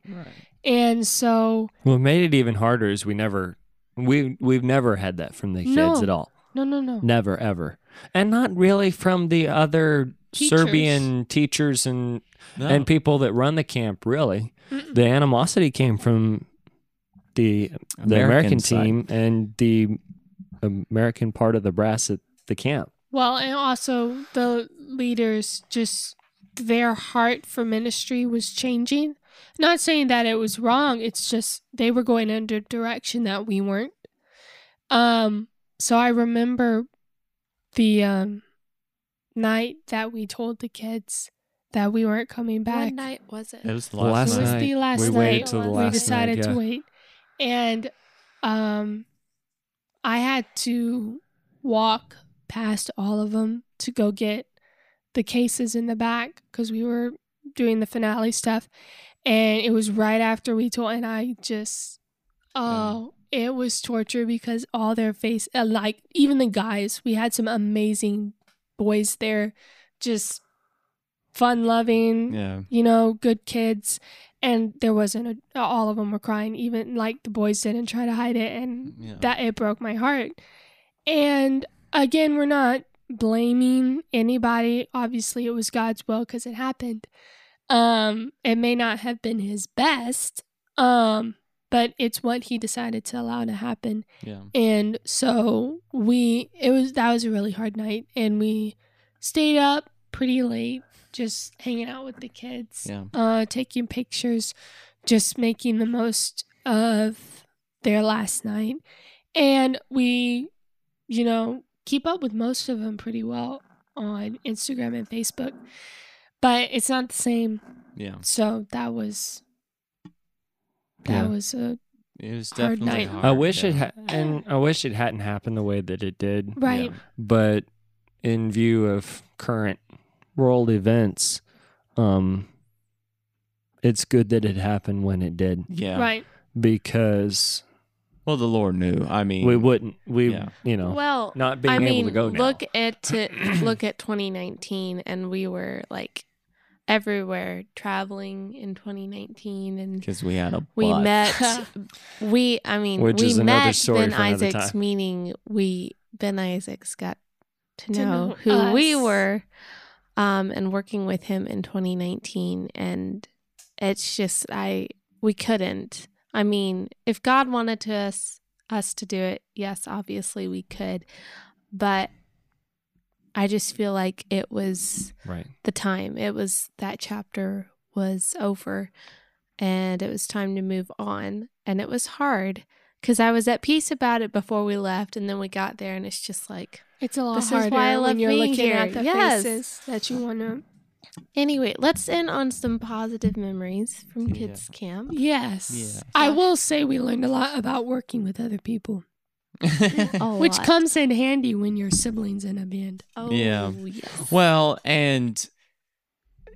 Speaker 4: And so
Speaker 3: What made it even harder is we never we we've never had that from the kids
Speaker 4: No.
Speaker 3: at all.
Speaker 4: no no no.
Speaker 3: Never ever. And not really from the other
Speaker 4: Teachers.
Speaker 3: Serbian teachers and
Speaker 1: No.
Speaker 3: and people that run the camp really.
Speaker 4: Mm-mm.
Speaker 3: The animosity came from the the American,
Speaker 1: side.
Speaker 3: team and the American part of the brass at the camp.
Speaker 4: Well, and also the leaders just their heart for ministry was changing. Not saying that it was wrong, it's just they were going under direction that we weren't. Um so I remember the um night that we told the kids that we weren't coming back.
Speaker 2: What night was it?
Speaker 1: It was the
Speaker 3: The
Speaker 1: last,
Speaker 3: last
Speaker 4: it was
Speaker 1: night.
Speaker 4: the last
Speaker 3: we
Speaker 4: night
Speaker 3: waited till the
Speaker 2: We
Speaker 3: last night,
Speaker 4: we decided
Speaker 3: yeah.
Speaker 4: to wait and um i had to walk past all of them to go get the cases in the back because we were doing the finale stuff and it was right after we told and i just oh it was torture because all their face uh, like even the guys we had some amazing boys there just fun loving
Speaker 1: Yeah.
Speaker 4: you know, good kids. And there wasn't a, all of them were crying, even like the boys didn't try to hide it. And
Speaker 1: yeah.
Speaker 4: that it broke my heart. And again, we're not blaming anybody. Obviously, it was God's will because it happened. Um, it may not have been his best, um, but it's what he decided to allow to happen
Speaker 1: yeah.
Speaker 4: and so we it was that was a really hard night and we stayed up pretty late just hanging out with the kids
Speaker 1: Yeah.
Speaker 4: uh taking pictures just making the most of their last night and we you know keep up with most of them pretty well on Instagram and Facebook but it's not the same
Speaker 1: Yeah.
Speaker 4: so that was that
Speaker 3: Yeah.
Speaker 4: was a
Speaker 1: It was
Speaker 4: Hard
Speaker 1: definitely
Speaker 4: night.
Speaker 1: hard.
Speaker 3: I wish it
Speaker 1: yeah.
Speaker 3: ha- and I wish it hadn't happened the way that it did.
Speaker 4: right
Speaker 1: Yeah.
Speaker 3: but in view of current world events, um, it's good that it happened when it did
Speaker 1: Yeah.
Speaker 4: right
Speaker 3: because
Speaker 1: Well, the Lord knew. I mean,
Speaker 3: we wouldn't we
Speaker 1: Yeah.
Speaker 3: you know
Speaker 2: Well,
Speaker 3: not being
Speaker 2: I
Speaker 3: able
Speaker 2: mean,
Speaker 3: to go now.
Speaker 2: look at to, look at 2019, and we were like everywhere traveling in 2019, and
Speaker 1: because we had a
Speaker 2: we
Speaker 1: butt.
Speaker 2: met. we, I mean,
Speaker 3: Which
Speaker 2: we
Speaker 3: is another
Speaker 2: met
Speaker 3: story
Speaker 2: Ben
Speaker 3: for another
Speaker 2: Isaacs,
Speaker 3: time.
Speaker 2: meaning we Ben Isaacs got to
Speaker 4: To
Speaker 2: know,
Speaker 4: know
Speaker 2: who we
Speaker 4: us.
Speaker 2: were, um, and working with him in 2019, and it's just I we couldn't. I mean, if God wanted to us us to do it, yes, obviously we could, but I just feel like it was
Speaker 3: right
Speaker 2: the time. It was that chapter was over and it was time to move on. And it was hard because I was at peace about it before we left. And then we got there and it's just like,
Speaker 4: It's a lot
Speaker 2: This is
Speaker 4: harder
Speaker 2: why I love
Speaker 4: when you're
Speaker 2: being
Speaker 4: looking
Speaker 2: here.
Speaker 4: at the
Speaker 2: Yes.
Speaker 4: faces that you want to.
Speaker 2: anyway, let's end on some positive memories from
Speaker 1: Yeah.
Speaker 2: kids' camp.
Speaker 4: Yes.
Speaker 1: Yeah.
Speaker 4: I will say we learned a lot about working with other people,
Speaker 2: A
Speaker 4: which
Speaker 2: lot.
Speaker 4: comes in handy when your siblings in a band.
Speaker 2: Oh,
Speaker 1: Yeah.
Speaker 2: yes.
Speaker 1: well, and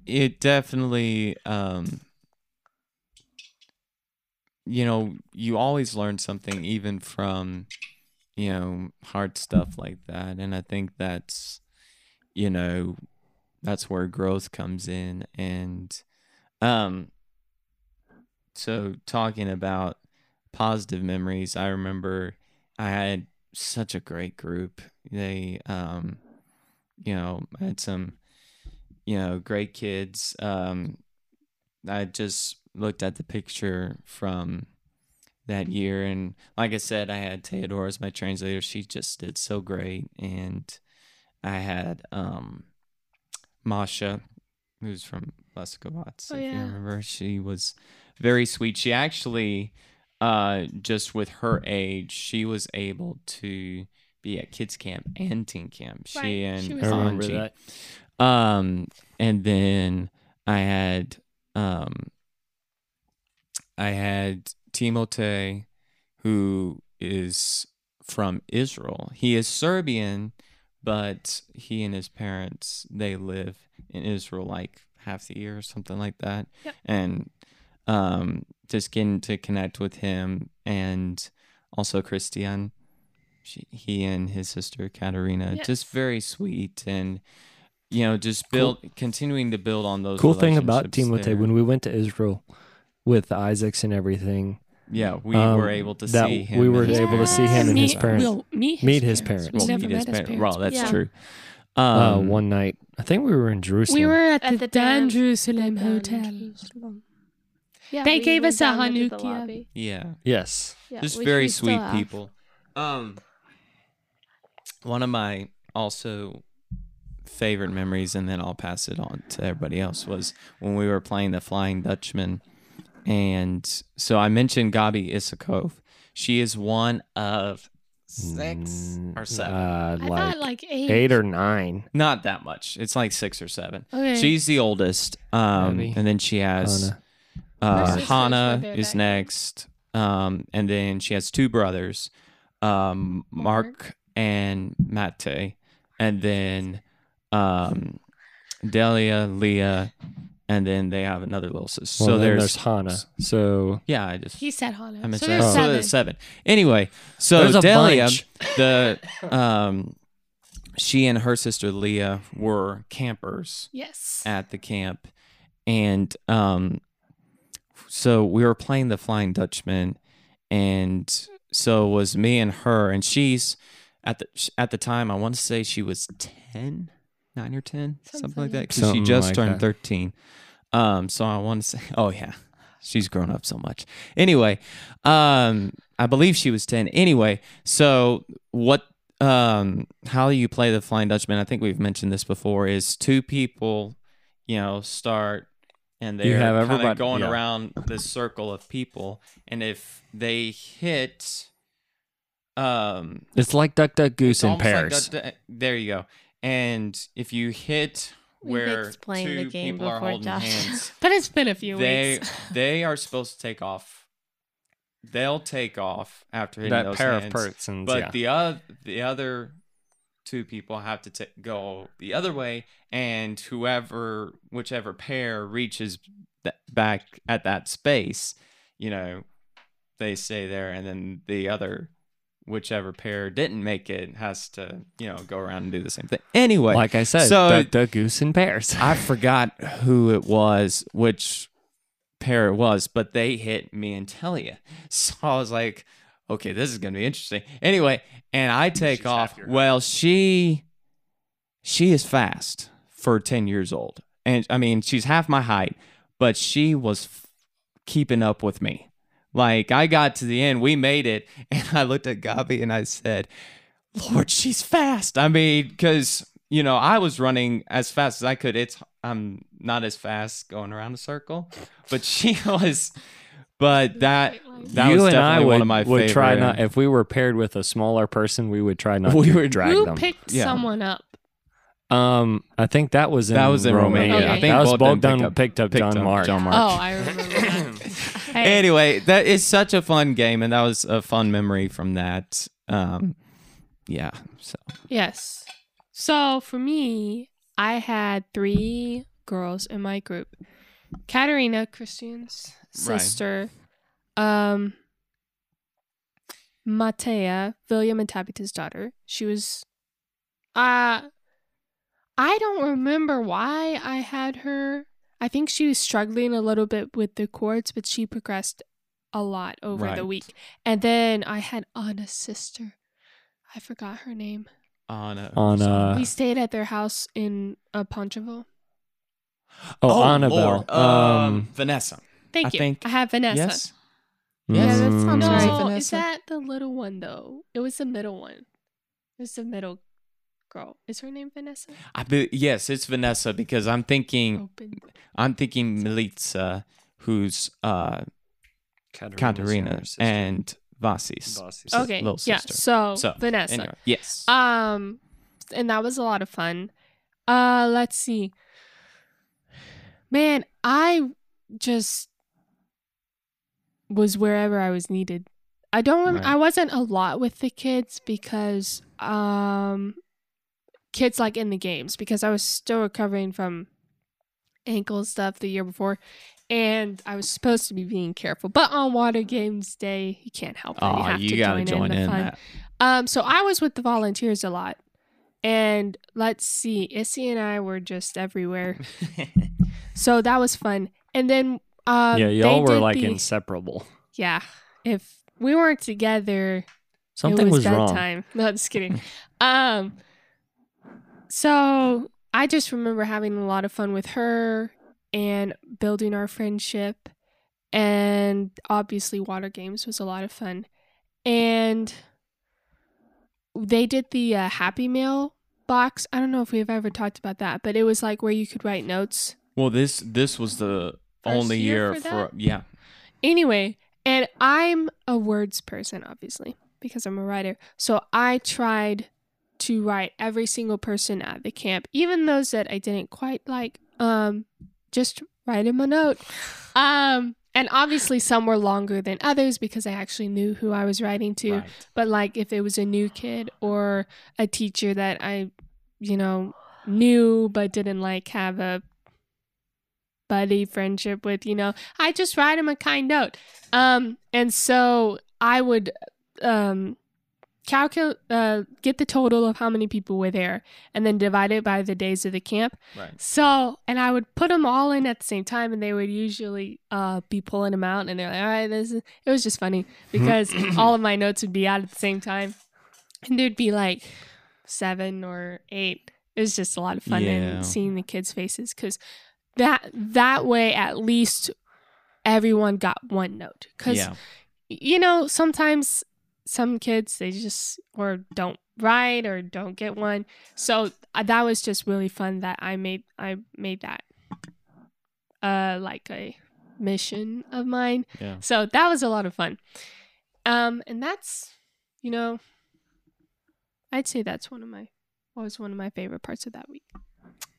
Speaker 1: it definitely, um, you know, you always learn something even from, you know, hard stuff like that. And I think that's, you know, that's where growth comes in. And, um, so talking about positive memories, I remember I had such a great group. They, um, you know, I had some you know, great kids. Um, I just looked at the picture from that year, and like I said, I had Theodora as my translator. She just did so great, and I had um, Masha, who's from Leskovatz,
Speaker 4: Oh,
Speaker 1: if you
Speaker 4: yeah.
Speaker 1: remember. She was very sweet. She actually, uh, just with her age, she was able to be at kids camp and teen camp.
Speaker 4: Right,
Speaker 1: She and
Speaker 4: she
Speaker 3: I
Speaker 4: was-
Speaker 3: remember
Speaker 1: Anji.
Speaker 3: that.
Speaker 1: Um, and then I had um, I had Timote, who is from Israel. He is Serbian, but he and his parents they live in Israel like half the year or something like that.
Speaker 4: Yep.
Speaker 1: And um, just getting to connect with him and also Christian. She, he and his sister Katerina,
Speaker 4: Yes.
Speaker 1: just very sweet and you know, just build continuing to build on those.
Speaker 3: Cool thing about
Speaker 1: relationships
Speaker 3: Timote
Speaker 1: there.
Speaker 3: when we went to Israel with Isaacs and everything,
Speaker 1: yeah, we
Speaker 3: um,
Speaker 1: were able to
Speaker 3: that
Speaker 1: see him.
Speaker 3: we were
Speaker 1: and his
Speaker 3: able to see him and his
Speaker 1: parents.
Speaker 3: parents.
Speaker 4: We'll meet his
Speaker 3: Meet his
Speaker 4: parents.
Speaker 3: parents.
Speaker 4: We
Speaker 1: Well,
Speaker 4: never
Speaker 1: meet
Speaker 4: met
Speaker 1: his
Speaker 4: his
Speaker 1: parents.
Speaker 4: parents.
Speaker 1: Well, that's
Speaker 2: Yeah.
Speaker 1: true. Um,
Speaker 3: uh, one night, I think we were in Jerusalem.
Speaker 2: We were at,
Speaker 5: At
Speaker 2: the,
Speaker 5: the Dan-
Speaker 2: Dan Jerusalem Hotel.
Speaker 5: Yeah,
Speaker 2: They
Speaker 5: we
Speaker 2: gave
Speaker 5: went
Speaker 2: us a
Speaker 5: down into the
Speaker 2: Hanukkah.
Speaker 5: lobby.
Speaker 1: yeah,
Speaker 3: yes.
Speaker 2: Yeah,
Speaker 1: just
Speaker 2: which
Speaker 1: very
Speaker 2: we still
Speaker 1: sweet
Speaker 4: uh,
Speaker 2: have.
Speaker 1: people. Um, one of my also favorite memories, and then I'll pass it on to everybody else, was when we were playing the Flying Dutchman. And so I mentioned Gabi Isakov. She is one of six
Speaker 3: Mm,
Speaker 1: or seven.
Speaker 3: Uh,
Speaker 4: I
Speaker 3: like,
Speaker 4: thought like eight.
Speaker 3: eight or nine.
Speaker 1: Not that much. It's like six or seven.
Speaker 4: Okay.
Speaker 1: She's the oldest. Um,
Speaker 3: Maybe.
Speaker 1: and then she has
Speaker 3: Hannah.
Speaker 4: Her
Speaker 1: uh,
Speaker 4: sisters
Speaker 1: Hana
Speaker 4: were there
Speaker 1: is
Speaker 4: back then.
Speaker 1: next. Um, and then she has two brothers, um, Mark
Speaker 4: Mark.
Speaker 1: and Mate. And then um, Delia, Leah, and then they have another little sister.
Speaker 3: Well,
Speaker 1: so
Speaker 3: then
Speaker 1: there's,
Speaker 3: there's Hannah. So
Speaker 1: yeah, I just
Speaker 4: He said Hana.
Speaker 1: I
Speaker 4: so
Speaker 1: mentioned
Speaker 4: there's
Speaker 1: that.
Speaker 3: seven.
Speaker 1: So there's seven. Anyway, so
Speaker 3: There's a
Speaker 1: Delia,
Speaker 3: bunch.
Speaker 1: the um, she and her sister Leah were campers
Speaker 4: Yes.
Speaker 1: at the camp, and um, so we were playing the Flying Dutchman, and so it was me and her, and she's at the sh- at the time I want to say she was ten. Nine or ten, something,
Speaker 4: Something
Speaker 1: like that.
Speaker 4: like-
Speaker 1: Because she
Speaker 3: Something
Speaker 1: just
Speaker 3: like
Speaker 1: turned
Speaker 3: that.
Speaker 1: thirteen. Um, so I want to say, oh yeah, she's grown up so much. Anyway, um, I believe she was ten. Anyway, so what? Um, how you play the Flying Dutchman? I think we've mentioned this before. Is two people, you know, start and they're
Speaker 3: You have
Speaker 1: kinda
Speaker 3: everybody-
Speaker 1: going
Speaker 3: yeah.
Speaker 1: around this circle of people, and if they hit, um,
Speaker 3: it's like Duck Duck Goose
Speaker 1: it's
Speaker 3: in
Speaker 1: almost like
Speaker 3: Paris.
Speaker 1: that- that- there you go. And if you hit
Speaker 2: We've
Speaker 1: where
Speaker 2: explained the
Speaker 1: two
Speaker 2: game
Speaker 1: people are
Speaker 2: before,
Speaker 1: holding
Speaker 2: Josh.
Speaker 1: hands,
Speaker 4: But it's been a few
Speaker 1: they
Speaker 4: weeks.
Speaker 1: they are supposed to take off. They'll take off after hitting
Speaker 3: that
Speaker 1: those
Speaker 3: pair
Speaker 1: hands,
Speaker 3: of persons.
Speaker 1: but
Speaker 3: yeah.
Speaker 1: the other the other two people have to ta- go the other way, and whoever whichever pair reaches th- back at that space, you know, they stay there, and then the other whichever pair didn't make it has to you know go around and do the same thing. Anyway,
Speaker 3: like I said,
Speaker 1: so-
Speaker 3: Duck Duck Goose in Paris.
Speaker 1: I forgot who it was, which pair it was, but they hit me and Telia. So I was like, okay, this is gonna be interesting. Anyway, and I take
Speaker 3: She's
Speaker 1: off.
Speaker 3: half your height.
Speaker 1: Well, she she is fast for ten years old, and I mean she's half my height, but she was f- keeping up with me. Like I got to the end, we made it, and I looked at Gabi and I said, "Lord, she's fast." I mean, because you know I was running as fast as I could. It's I'm not as fast going around a circle, but she was. But that that
Speaker 3: you
Speaker 1: was
Speaker 3: and I
Speaker 1: definitely
Speaker 3: would,
Speaker 1: one of my
Speaker 3: would try
Speaker 1: favorite-
Speaker 3: not if we were paired with a smaller person, we would try not
Speaker 1: We
Speaker 3: to
Speaker 1: would-
Speaker 3: drag
Speaker 4: Who
Speaker 3: them.
Speaker 4: picked
Speaker 1: Yeah.
Speaker 4: someone up?
Speaker 3: um, I think that was in
Speaker 1: That was in Romania.
Speaker 4: Romania. I
Speaker 1: think
Speaker 3: that was
Speaker 1: both of them
Speaker 3: Bogdan
Speaker 1: picked up-
Speaker 3: picked
Speaker 1: picked
Speaker 3: up John
Speaker 1: up
Speaker 3: Mark.
Speaker 1: John Mark.
Speaker 4: Oh, I remember that. Hey,
Speaker 1: Anyway, that is such a fun game, and that was a fun memory from that. Um, yeah. So
Speaker 4: Yes. So for me, I had three girls in my group. Katerina, Christian's
Speaker 1: Right.
Speaker 4: sister, um Matea, William and Tabitha's daughter. She was uh I don't remember why I had her. I think she was struggling a little bit with the chords, but she progressed a lot over
Speaker 1: Right.
Speaker 4: the week. And then I had Anna's sister. I forgot her name.
Speaker 1: on a,
Speaker 3: On, uh,
Speaker 4: We stayed at their house in uh, Poncheville.
Speaker 3: Oh, Annabelle.
Speaker 1: Lord.
Speaker 3: Um,
Speaker 1: Vanessa.
Speaker 4: Thank
Speaker 1: I
Speaker 4: you.
Speaker 1: think-
Speaker 4: I have Vanessa.
Speaker 1: Yes.
Speaker 5: Yeah, that
Speaker 3: mm,
Speaker 5: sounds
Speaker 4: No,
Speaker 5: right.
Speaker 4: is
Speaker 5: Vanessa.
Speaker 4: that the little one though? It was the middle one. It was the middle girl. Is her name Vanessa?
Speaker 1: I be- yes, it's Vanessa because I'm thinking
Speaker 4: Open.
Speaker 1: I'm thinking Milica, who's uh
Speaker 3: Katerina's younger
Speaker 1: Katerina
Speaker 3: sister.
Speaker 1: and Vasis.
Speaker 3: Bossy's sister.
Speaker 4: Okay.
Speaker 1: little
Speaker 4: Yeah.
Speaker 1: sister.
Speaker 4: So,
Speaker 1: So,
Speaker 4: Vanessa.
Speaker 1: Anyway, yes.
Speaker 4: Um, and that was a lot of fun. Uh, let's see. Man, I just was wherever I was needed. I don't. rem
Speaker 3: Right.
Speaker 4: I wasn't a lot with the kids because um, kids like in the games because I was still recovering from ankle stuff the year before, and I was supposed to be being careful. But on water games day, you can't help it. you
Speaker 1: Aw,
Speaker 4: have
Speaker 1: you,
Speaker 4: to
Speaker 1: gotta
Speaker 4: join, in, the fun.
Speaker 1: that.
Speaker 4: Um, so I was with the volunteers a lot. And let's see, Issy and I were just everywhere. So that was fun. And then um
Speaker 3: yeah,
Speaker 4: they
Speaker 3: y'all were
Speaker 4: did
Speaker 3: like
Speaker 4: the-
Speaker 3: inseparable.
Speaker 4: Yeah. If we weren't together,
Speaker 3: Something
Speaker 4: it was,
Speaker 3: was, wrong.
Speaker 4: bedtime. No, just kidding. um, so I just remember having a lot of fun with her and building our friendship, and obviously water games was a lot of fun, and they did the uh, Happy Meal box. I don't know if we've ever talked about that, but it was like where you could write notes
Speaker 1: Well, this this was the
Speaker 4: First
Speaker 1: only
Speaker 4: year
Speaker 1: year,
Speaker 4: for
Speaker 1: for,
Speaker 4: that?
Speaker 1: yeah.
Speaker 4: Anyway, and I'm a words person, obviously, because I'm a writer. So I tried to write every single person at the camp, even those that I didn't quite like. Um, just write them a note. Um, and obviously, some were longer than others because I actually knew who I was writing to.
Speaker 1: Right.
Speaker 4: But like, if it was a new kid or a teacher that I, you know, knew but didn't like have a buddy friendship with, you know, I just write him a kind note. Um, and so I would um calculate uh get the total of how many people were there and then divide it by the days of the camp.
Speaker 1: Right.
Speaker 4: So, and I would put them all in at the same time and they would usually uh be pulling them out and they're like, "All right, this is it was just funny because all of my notes would be out at the same time. And there'd be like 7 or 8. It was just a lot of fun
Speaker 1: Yeah.
Speaker 4: and seeing the kids' faces cuz that that way at least everyone got one note cuz
Speaker 1: Yeah.
Speaker 4: you know, sometimes some kids they just or don't write or don't get one. So uh, that was just really fun that I made I made that uh like a mission of mine.
Speaker 1: Yeah.
Speaker 4: So that was a lot of fun. Um and that's you know I'd say that's one of my what was one of my favorite parts of that week.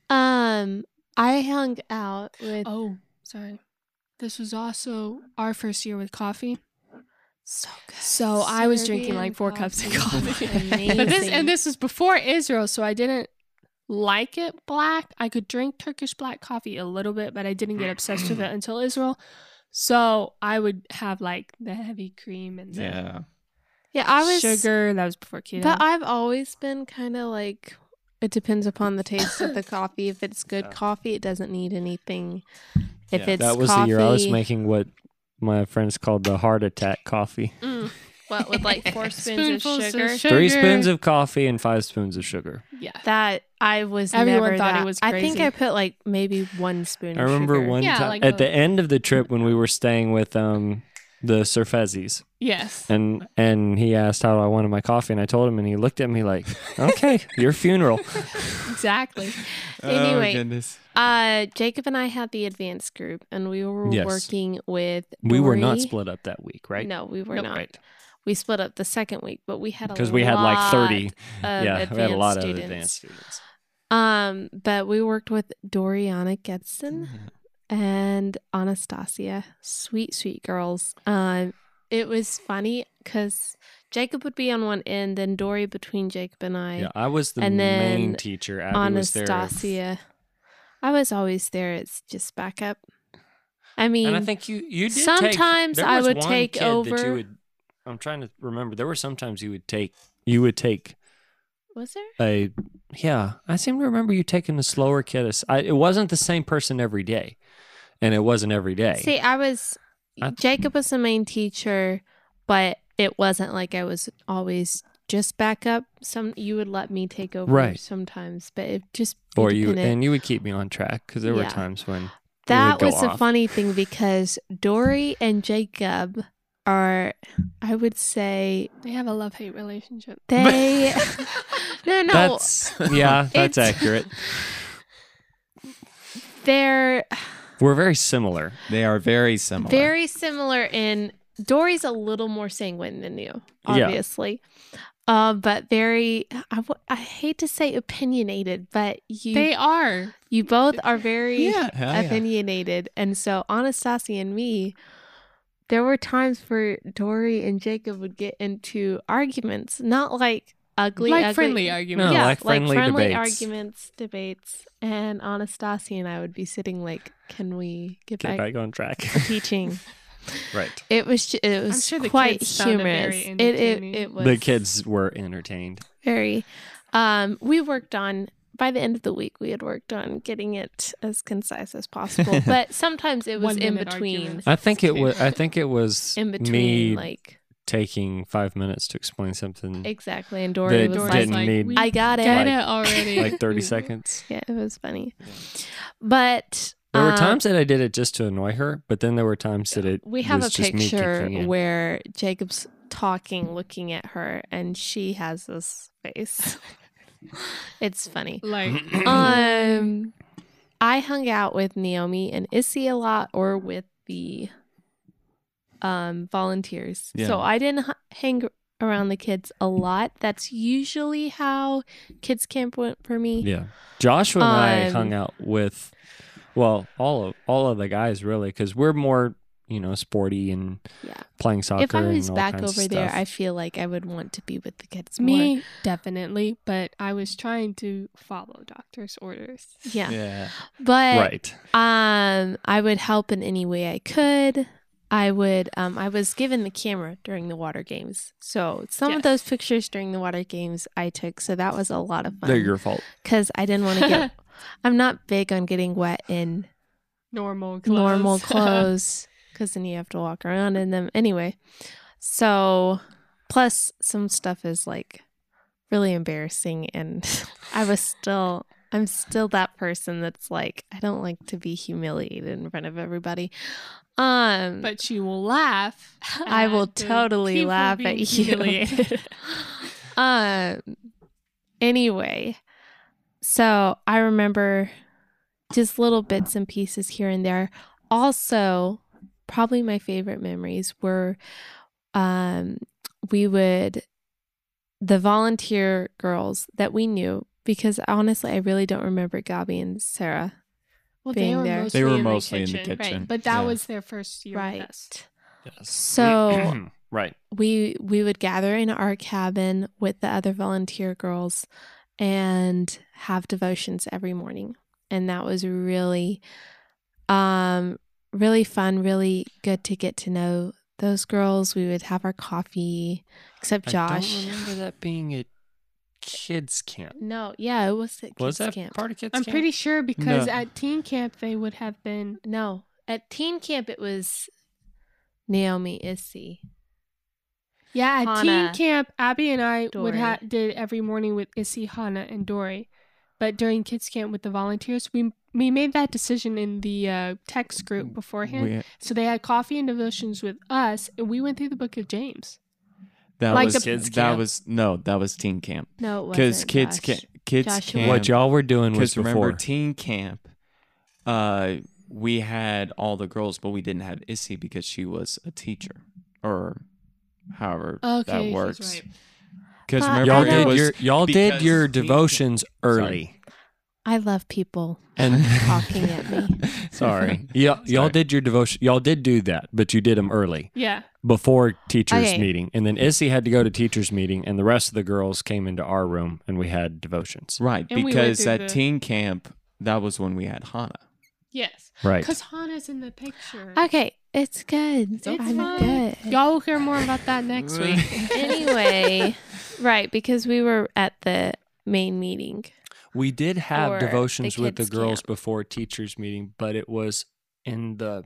Speaker 2: Um, I hung out with
Speaker 4: Oh, sorry. This was also our first year with coffee.
Speaker 2: so good.
Speaker 4: So I was drinking like four cups of coffee. but this and this was before Israel, so I didn't like it black. I could drink Turkish black coffee a little bit, but I didn't get obsessed with it until Israel. So I would have like the heavy cream and the
Speaker 1: Yeah.
Speaker 2: yeah, I was
Speaker 4: sugar. That was before keto.
Speaker 2: But I've always been kind of like it depends upon the taste of the coffee. If it's good
Speaker 3: Yeah.
Speaker 2: coffee, it doesn't need anything. If
Speaker 1: Yeah.
Speaker 2: it's
Speaker 3: That was the year I was
Speaker 2: coffee-
Speaker 3: making what my friends called the heart attack coffee.
Speaker 4: Mm,
Speaker 2: what with like four spoons of
Speaker 4: spoonfuls
Speaker 2: sugar.
Speaker 3: Three
Speaker 4: sugar.
Speaker 3: spoons of coffee and five spoons of sugar.
Speaker 4: yeah.
Speaker 2: That I was.
Speaker 4: Everyone
Speaker 2: never
Speaker 4: thought it
Speaker 2: that-
Speaker 4: was
Speaker 2: I think
Speaker 4: crazy.
Speaker 2: I put like maybe one spoon.
Speaker 3: I remember
Speaker 2: of sugar.
Speaker 3: one
Speaker 4: Yeah,
Speaker 3: time
Speaker 4: like
Speaker 3: at
Speaker 4: the-
Speaker 3: the end of the trip when we were staying with um the Surfezis
Speaker 4: Yes.
Speaker 3: and and he asked how I wanted my coffee and I told him and he looked at me like, "Okay, your funeral."
Speaker 4: Exactly.
Speaker 2: Anyway.
Speaker 1: Oh, goodness.
Speaker 2: Uh, Jacob and I had the advanced group, and we were
Speaker 3: Yes.
Speaker 2: working with.
Speaker 3: We were not
Speaker 2: Nori.
Speaker 3: split up that week, right?
Speaker 2: No, we were
Speaker 4: Nope.
Speaker 2: not.
Speaker 3: Right.
Speaker 2: We split up the second week, but we had a
Speaker 3: Because we had like
Speaker 2: lot
Speaker 3: 30.
Speaker 2: of
Speaker 3: yeah, we had a
Speaker 2: advanced
Speaker 3: lot
Speaker 2: students.
Speaker 3: of advanced students.
Speaker 2: Um, but we worked with Doriana
Speaker 3: Mm.
Speaker 2: Getson and Anastasia, sweet, sweet girls. Um, it was funny because Jacob would be on one end, then Dory between Jacob and I,
Speaker 3: Yeah, I was the
Speaker 2: And
Speaker 3: main
Speaker 2: then
Speaker 3: teacher. Abby was there.
Speaker 2: Anastasia. I was always there. It's just backup. I mean,
Speaker 3: And I think you you did take-
Speaker 2: sometimes
Speaker 3: there
Speaker 2: I
Speaker 3: was
Speaker 2: would
Speaker 3: one
Speaker 2: take
Speaker 3: kid that you
Speaker 2: over-
Speaker 3: would- I'm trying to remember. There were sometimes you would take you would take
Speaker 2: was there?
Speaker 3: a yeah. I seem to remember you taking a slower kid. as- I, it wasn't the same person every day, and it wasn't every day.
Speaker 2: See, I was
Speaker 3: I-
Speaker 2: Jacob was the main teacher, but it wasn't like I was always just back up some you would let me take over
Speaker 3: Right.
Speaker 2: sometimes but it just
Speaker 3: or you
Speaker 2: independent.
Speaker 3: and you would keep me on track because there were
Speaker 2: Yeah.
Speaker 3: times when
Speaker 2: that
Speaker 3: go
Speaker 2: was the
Speaker 3: off.
Speaker 2: funny thing because dory and jacob are i would say
Speaker 4: They have a love hate relationship.
Speaker 2: they no no
Speaker 3: that's yeah that's
Speaker 2: It's-
Speaker 3: accurate.
Speaker 2: they're
Speaker 3: We're very similar.
Speaker 1: They are very similar.
Speaker 2: Very similar in Dory's a little more sanguine than you,
Speaker 3: Yeah.
Speaker 2: obviously. Uh, but very, I, w- I hate to say opinionated, but you
Speaker 4: They are.
Speaker 2: you both are very
Speaker 1: yeah, hell yeah.
Speaker 2: opinionated, and so Anastasia and me, there were times where Dory and Jacob would get into arguments, not like ugly,
Speaker 4: like
Speaker 2: ugly-
Speaker 4: friendly argument.
Speaker 3: No,
Speaker 2: yeah,
Speaker 3: like friendly debates.
Speaker 2: arguments, debates, and Anastasia and I would be sitting like, "Can we get,
Speaker 3: Get
Speaker 2: back
Speaker 3: back on track.
Speaker 2: to teaching?"
Speaker 3: right.
Speaker 2: It was ju- it was
Speaker 4: sure the
Speaker 2: quite
Speaker 4: kids sounded very
Speaker 2: humorous. it, it
Speaker 4: entertaining.
Speaker 2: it was
Speaker 3: The kids were entertained.
Speaker 2: very. Um, we worked on by the end of the week. We had worked on getting it as concise as possible, but sometimes it was in
Speaker 4: One-minute
Speaker 2: between.
Speaker 4: arguments.
Speaker 3: I think it was. I think it was
Speaker 2: In between,
Speaker 3: me
Speaker 2: like
Speaker 3: taking five minutes to explain something
Speaker 2: exactly, and Dory
Speaker 3: that
Speaker 2: was
Speaker 4: Dory's
Speaker 2: like,
Speaker 3: didn't
Speaker 4: like,
Speaker 3: need
Speaker 4: we
Speaker 2: "I got it."
Speaker 4: Get
Speaker 3: like-
Speaker 4: it already.
Speaker 3: like thirty seconds.
Speaker 2: yeah, it was funny, but
Speaker 3: There were
Speaker 2: um,
Speaker 3: times that I did it just to annoy her, but then there were times that it
Speaker 2: we have a
Speaker 3: was just me
Speaker 2: picture
Speaker 3: kicking in.
Speaker 2: where Jacob's talking, looking at her, and she has this face. it's funny.
Speaker 4: Like
Speaker 2: Um, I hung out with Naomi and Issy a lot, or with the um volunteers.
Speaker 1: Yeah.
Speaker 2: So I didn't h- hang around the kids a lot. That's usually how kids camp went for me.
Speaker 3: Yeah. Joshua and I
Speaker 2: Um,
Speaker 3: hung out with well, all of all of the guys really cuz we're more, you know, sporty and
Speaker 2: Yeah.
Speaker 3: playing soccer
Speaker 2: If I was
Speaker 3: and all
Speaker 2: back
Speaker 3: kinds of
Speaker 2: over there,
Speaker 3: stuff.
Speaker 2: I feel like I would want to be with the kids more.
Speaker 4: me, definitely. But I was trying to follow doctor's orders.
Speaker 2: Yeah.
Speaker 1: yeah.
Speaker 2: But
Speaker 3: right.
Speaker 2: Um, I would help in any way I could. I would. Um, I was given the camera during the water games, so some
Speaker 4: Yes.
Speaker 2: of those pictures during the water games I took. So that was a lot of
Speaker 3: They're
Speaker 2: fun
Speaker 3: your fault.
Speaker 2: because I didn't want to get. I'm not big on getting wet in
Speaker 4: Normal clothes.
Speaker 2: normal clothes because then you have to walk around in them anyway. So, plus some stuff is like really embarrassing, and I was still, I'm still that person that's like, I don't like to be humiliated in front of everybody. Um,
Speaker 4: but she will laugh.
Speaker 2: I will
Speaker 4: at the
Speaker 2: totally
Speaker 4: people
Speaker 2: laugh
Speaker 4: being
Speaker 2: at you.
Speaker 4: humiliated.
Speaker 2: um. Anyway, so I remember just little bits and pieces here and there. Also, probably my favorite memories were, um, we would the volunteer girls that we knew because honestly, I really don't remember Gabby and Sarah.
Speaker 4: well,
Speaker 2: being
Speaker 4: they were
Speaker 2: there.
Speaker 4: mostly
Speaker 1: They were
Speaker 4: in
Speaker 1: mostly
Speaker 4: the
Speaker 1: in the
Speaker 4: kitchen,
Speaker 1: kitchen.
Speaker 4: But that
Speaker 1: Yeah.
Speaker 4: was their first year
Speaker 2: right.
Speaker 4: with us.
Speaker 2: So
Speaker 3: right.
Speaker 2: we we would gather in our cabin with the other volunteer girls and have devotions every morning and that was really um really fun really good to get to know those girls we would have our coffee except
Speaker 3: I
Speaker 2: josh
Speaker 3: don't remember that being at kids camp.
Speaker 2: no yeah it was at kids
Speaker 3: Was that
Speaker 2: camp
Speaker 3: part of kids
Speaker 4: I'm
Speaker 3: camp?
Speaker 4: pretty sure because
Speaker 1: No.
Speaker 4: at teen camp they would have been
Speaker 2: no at teen camp it was naomi issy
Speaker 4: Yeah, at
Speaker 2: Hannah,
Speaker 4: teen camp, Abby and I would
Speaker 2: Dory.
Speaker 4: ha- did every morning with Issy, Hannah, and Dory. But during kids camp with the volunteers, we we made that decision in the uh, text group beforehand.
Speaker 1: We-
Speaker 4: so they had coffee and devotions with us, and we went through the Book of James.
Speaker 1: that
Speaker 4: Like
Speaker 1: was
Speaker 4: the-
Speaker 3: Kids
Speaker 1: that
Speaker 3: camp?
Speaker 1: was no, that was teen camp.
Speaker 2: no it
Speaker 1: Because
Speaker 2: wasn't
Speaker 1: kids
Speaker 2: Josh.
Speaker 1: camp, kids
Speaker 2: Joshua.
Speaker 1: camp.
Speaker 3: what y'all were doing
Speaker 1: Because
Speaker 3: was before.
Speaker 1: remember, teen camp, uh, we had all the girls, but we didn't have Issy because she was a teacher, or however that works. Because
Speaker 2: But
Speaker 1: remember,
Speaker 3: y'all
Speaker 2: I
Speaker 1: it
Speaker 3: did
Speaker 1: was
Speaker 3: your y'all did
Speaker 1: because
Speaker 3: your
Speaker 1: teen camp-
Speaker 3: devotions
Speaker 1: Sorry.
Speaker 3: early.
Speaker 2: i love people
Speaker 3: And
Speaker 2: talking at me
Speaker 3: Sorry. Yeah, y'all
Speaker 1: Sorry.
Speaker 3: did your devotion. Y'all did do that, but you did them early
Speaker 4: Yeah,
Speaker 3: before teachers
Speaker 2: Okay.
Speaker 3: meeting, and then Issy had to go to teachers meeting, and the rest of the girls came into our room, and we had devotions.
Speaker 1: right,
Speaker 4: And we went
Speaker 1: because
Speaker 4: through
Speaker 1: at
Speaker 4: the-
Speaker 1: teen camp, that was when we had Hannah.
Speaker 4: yes,
Speaker 3: Right.
Speaker 4: because Hannah's in the picture.
Speaker 2: Okay, it's good.
Speaker 4: It's
Speaker 2: I'm
Speaker 4: fine.
Speaker 2: good.
Speaker 4: Y'all will hear more about that next week.
Speaker 2: anyway, right, because we were at the main meeting.
Speaker 3: We did have
Speaker 2: Or the
Speaker 3: devotions with the
Speaker 2: kids'
Speaker 3: girls
Speaker 2: camp.
Speaker 3: before teachers meeting, but it was in the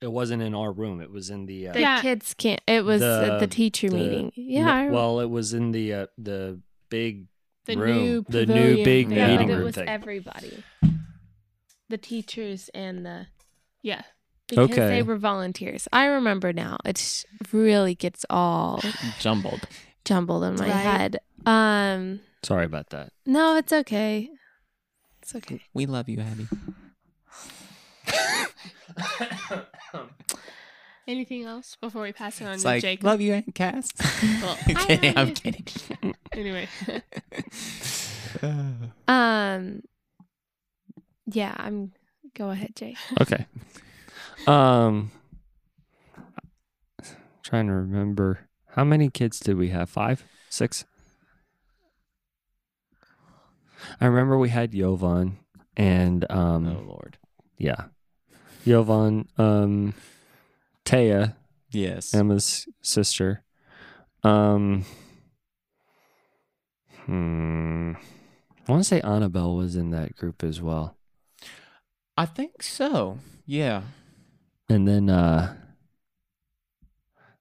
Speaker 3: It wasn't in our room. It was in the. Uh,
Speaker 2: The
Speaker 4: Yeah.
Speaker 2: kids can't. It was at
Speaker 3: The-
Speaker 2: the teacher
Speaker 3: the-
Speaker 2: meeting. Yeah. I
Speaker 3: no,
Speaker 2: rem-
Speaker 3: well, it was in the uh, the big
Speaker 4: The
Speaker 3: room,
Speaker 4: new
Speaker 3: the new
Speaker 2: pavilion
Speaker 3: big
Speaker 1: Yeah,
Speaker 3: meeting
Speaker 2: but it
Speaker 3: room
Speaker 2: was
Speaker 3: thing.
Speaker 2: everybody. The teachers and the
Speaker 4: Yeah.
Speaker 2: because
Speaker 3: Okay.
Speaker 2: they were volunteers. I remember now. It really gets all
Speaker 1: Jumbled.
Speaker 2: jumbled in my
Speaker 5: Right.
Speaker 2: head. Um
Speaker 3: Sorry about that.
Speaker 2: no, it's okay. It's okay.
Speaker 1: We love you, Abby.
Speaker 4: Anything else before we pass it on
Speaker 1: It's
Speaker 4: to
Speaker 1: like
Speaker 4: Jake?
Speaker 1: love you, Aunt Cass.
Speaker 4: Well,
Speaker 1: I'm kidding.
Speaker 4: I
Speaker 1: I'm
Speaker 4: love
Speaker 1: kidding.
Speaker 4: you. Anyway,
Speaker 2: Um Yeah, I'm go ahead, Jay.
Speaker 3: Okay. Um trying to remember how many kids did we have? Five? Six? I remember we had Yovan and um
Speaker 1: oh Lord.
Speaker 3: yeah. Yovan, um Taya,
Speaker 1: Yes.
Speaker 3: Emma's sister. Um Hmm. I want to say Annabelle was in that group as well.
Speaker 1: I think so. Yeah.
Speaker 3: And then uh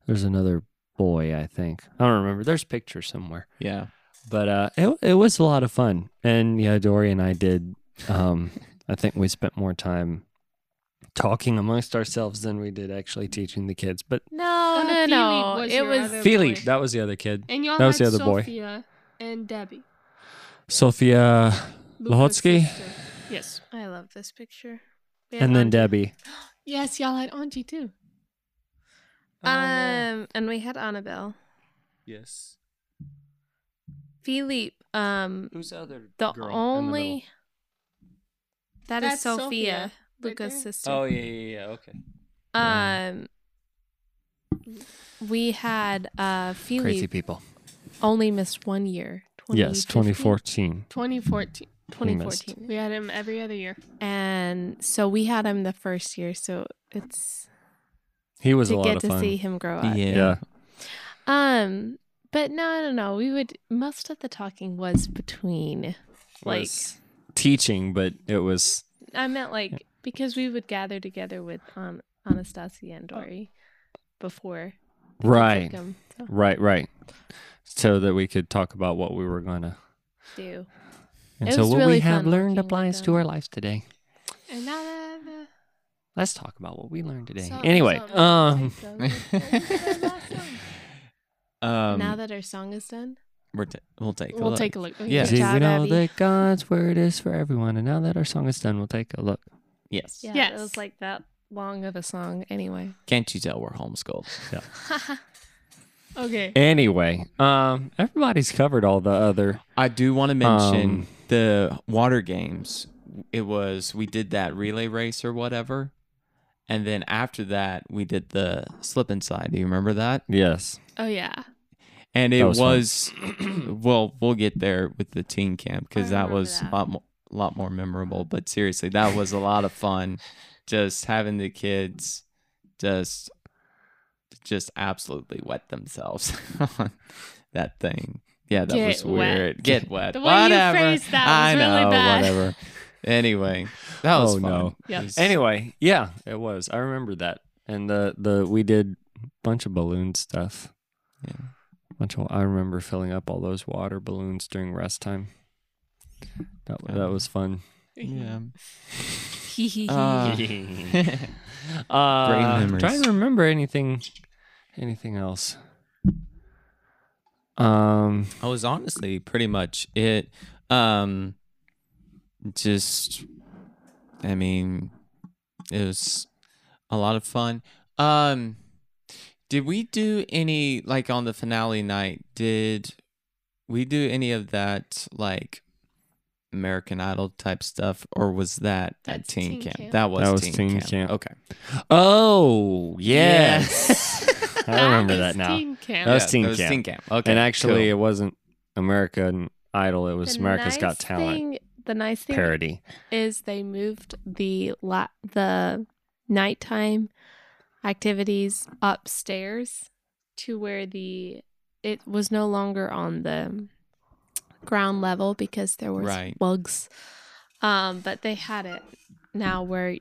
Speaker 3: there's another boy, I think. I don't remember. There's pictures somewhere.
Speaker 1: Yeah.
Speaker 3: But uh it it was a lot of fun. And yeah, Dory and I did um I think we spent more time talking amongst ourselves than we did actually teaching the kids. But
Speaker 2: No,
Speaker 4: Uh,
Speaker 2: no,
Speaker 4: Phoebe
Speaker 2: no.
Speaker 4: was
Speaker 2: it
Speaker 4: your
Speaker 2: was
Speaker 4: other-
Speaker 3: Feely,
Speaker 4: boy.
Speaker 3: that was the other kid.
Speaker 4: and y'all
Speaker 3: That was
Speaker 4: had
Speaker 3: the other boy.
Speaker 4: Sophia and Debbie.
Speaker 3: Sophia
Speaker 4: Luca's
Speaker 3: Lahotsky?
Speaker 4: sister. Yes.
Speaker 5: I love this picture.
Speaker 4: They had
Speaker 3: and then
Speaker 4: Anji.
Speaker 3: Debbie.
Speaker 4: Yes, y'all had Anji too.
Speaker 3: Oh,
Speaker 2: um and we had Annabelle.
Speaker 1: Yes.
Speaker 2: Philippe, um
Speaker 1: Who's the other?
Speaker 2: the
Speaker 3: girl in the middle.
Speaker 2: only that is
Speaker 4: That's
Speaker 2: Sophia,
Speaker 4: Sophia, right
Speaker 2: Luca's
Speaker 4: there.
Speaker 2: sister.
Speaker 1: Oh yeah, yeah, yeah. Okay.
Speaker 2: Um, we had uh
Speaker 3: Crazy
Speaker 2: Philippe
Speaker 3: people.
Speaker 2: only missed one year.
Speaker 3: Yes,
Speaker 2: 2015?
Speaker 3: 2014.
Speaker 4: 2014.
Speaker 3: He missed.
Speaker 2: 2014.
Speaker 4: We had him every other year.
Speaker 2: And so we had him the first year, so it's
Speaker 3: He was a
Speaker 2: to
Speaker 3: lot
Speaker 2: get
Speaker 3: of
Speaker 2: to
Speaker 3: fun.
Speaker 2: see him grow up.
Speaker 1: Yeah.
Speaker 3: yeah.
Speaker 2: Um, but no, no, no. We would most of the talking was between, like
Speaker 3: Was teaching, but it was
Speaker 2: I meant like because we would gather together with um, Anastasia and Dory before the kids would
Speaker 3: Oh. Right. Mm.
Speaker 2: come, so.
Speaker 3: Right, right. So that we could talk about what we were gonna.
Speaker 2: do.
Speaker 3: And
Speaker 2: It
Speaker 3: so
Speaker 2: was
Speaker 3: what we
Speaker 2: really
Speaker 3: have
Speaker 2: fun
Speaker 3: learned
Speaker 2: working with
Speaker 3: applies
Speaker 2: them.
Speaker 3: to our lives today.
Speaker 4: And that, uh,
Speaker 3: Let's talk about what we learned today.
Speaker 4: Something,
Speaker 3: anyway,
Speaker 4: something.
Speaker 3: um,
Speaker 4: uh,
Speaker 1: um,
Speaker 2: now that our song is done,
Speaker 1: we're ta- we'll take a
Speaker 4: we'll
Speaker 1: look.
Speaker 4: take a look. Okay.
Speaker 1: Yeah.
Speaker 2: Good
Speaker 3: see, we
Speaker 2: job,
Speaker 3: know
Speaker 2: Abby.
Speaker 3: that God's word is for everyone, and now that our song is done, we'll take a look.
Speaker 1: yes.
Speaker 2: yeah, it
Speaker 4: Yes.
Speaker 2: was like that long of a song anyway.
Speaker 1: Can't you tell we're homeschooled?
Speaker 4: Okay.
Speaker 3: Anyway, um, everybody's covered all the other.
Speaker 1: I do want to mention
Speaker 3: Um,
Speaker 1: the water games. It was we did that relay race or whatever, and then after that we did the slip and slide. Do you remember that?
Speaker 3: Yes,
Speaker 4: Oh, yeah.
Speaker 1: And it
Speaker 3: That was
Speaker 1: was, well, we'll get there with the teen camp because
Speaker 2: I
Speaker 1: that
Speaker 2: remember
Speaker 1: was a
Speaker 2: that.
Speaker 1: lot more, lot more memorable. But seriously, that was a lot of fun. Just having the kids just just absolutely wet themselves on that thing. Yeah, that
Speaker 4: Get
Speaker 1: was
Speaker 4: wet.
Speaker 1: weird. Get wet.
Speaker 4: The way you
Speaker 1: whatever.
Speaker 4: phrased that
Speaker 1: I
Speaker 4: was really
Speaker 1: know,
Speaker 4: bad.
Speaker 1: whatever. Anyway, that was
Speaker 3: Oh,
Speaker 1: fun.
Speaker 3: no.
Speaker 4: Yep.
Speaker 1: It was-
Speaker 3: Anyway, yeah, it was. I remember that, and the the we did a bunch of balloon stuff.
Speaker 1: Yeah.
Speaker 3: Bunch of, I remember filling up all those water balloons during rest time. That
Speaker 1: Oh.
Speaker 3: that was fun.
Speaker 1: Yeah.
Speaker 3: Ah,
Speaker 1: Uh,
Speaker 3: Uh,
Speaker 1: Great
Speaker 3: I'm trying
Speaker 1: memories.
Speaker 3: to remember anything, anything else. Um,
Speaker 1: I was honestly pretty much it. Um, just, I mean, it was a lot of fun. Um, did we do any like on the finale night? Did we do any of that like American Idol type stuff, or was that at
Speaker 4: That's
Speaker 1: teen,
Speaker 4: teen
Speaker 1: camp?
Speaker 4: camp.
Speaker 1: That was
Speaker 3: That was
Speaker 1: teen,
Speaker 3: teen
Speaker 1: camp.
Speaker 3: camp.
Speaker 1: Okay.
Speaker 3: oh yes,
Speaker 1: Yes.
Speaker 3: I remember
Speaker 4: is
Speaker 3: that now.
Speaker 4: Teen camp.
Speaker 3: That was teen
Speaker 1: that was
Speaker 3: camp.
Speaker 1: teen camp. Okay.
Speaker 3: and actually,
Speaker 1: cool.
Speaker 3: it wasn't American Idol. It was
Speaker 2: The
Speaker 3: America's Got
Speaker 2: nice
Speaker 3: Talent
Speaker 2: thing- the nice thing
Speaker 3: parody.
Speaker 2: is they moved the la- the nighttime activities upstairs to where the it was no longer on the ground level because there was
Speaker 1: Right.
Speaker 2: bugs um but they had it now where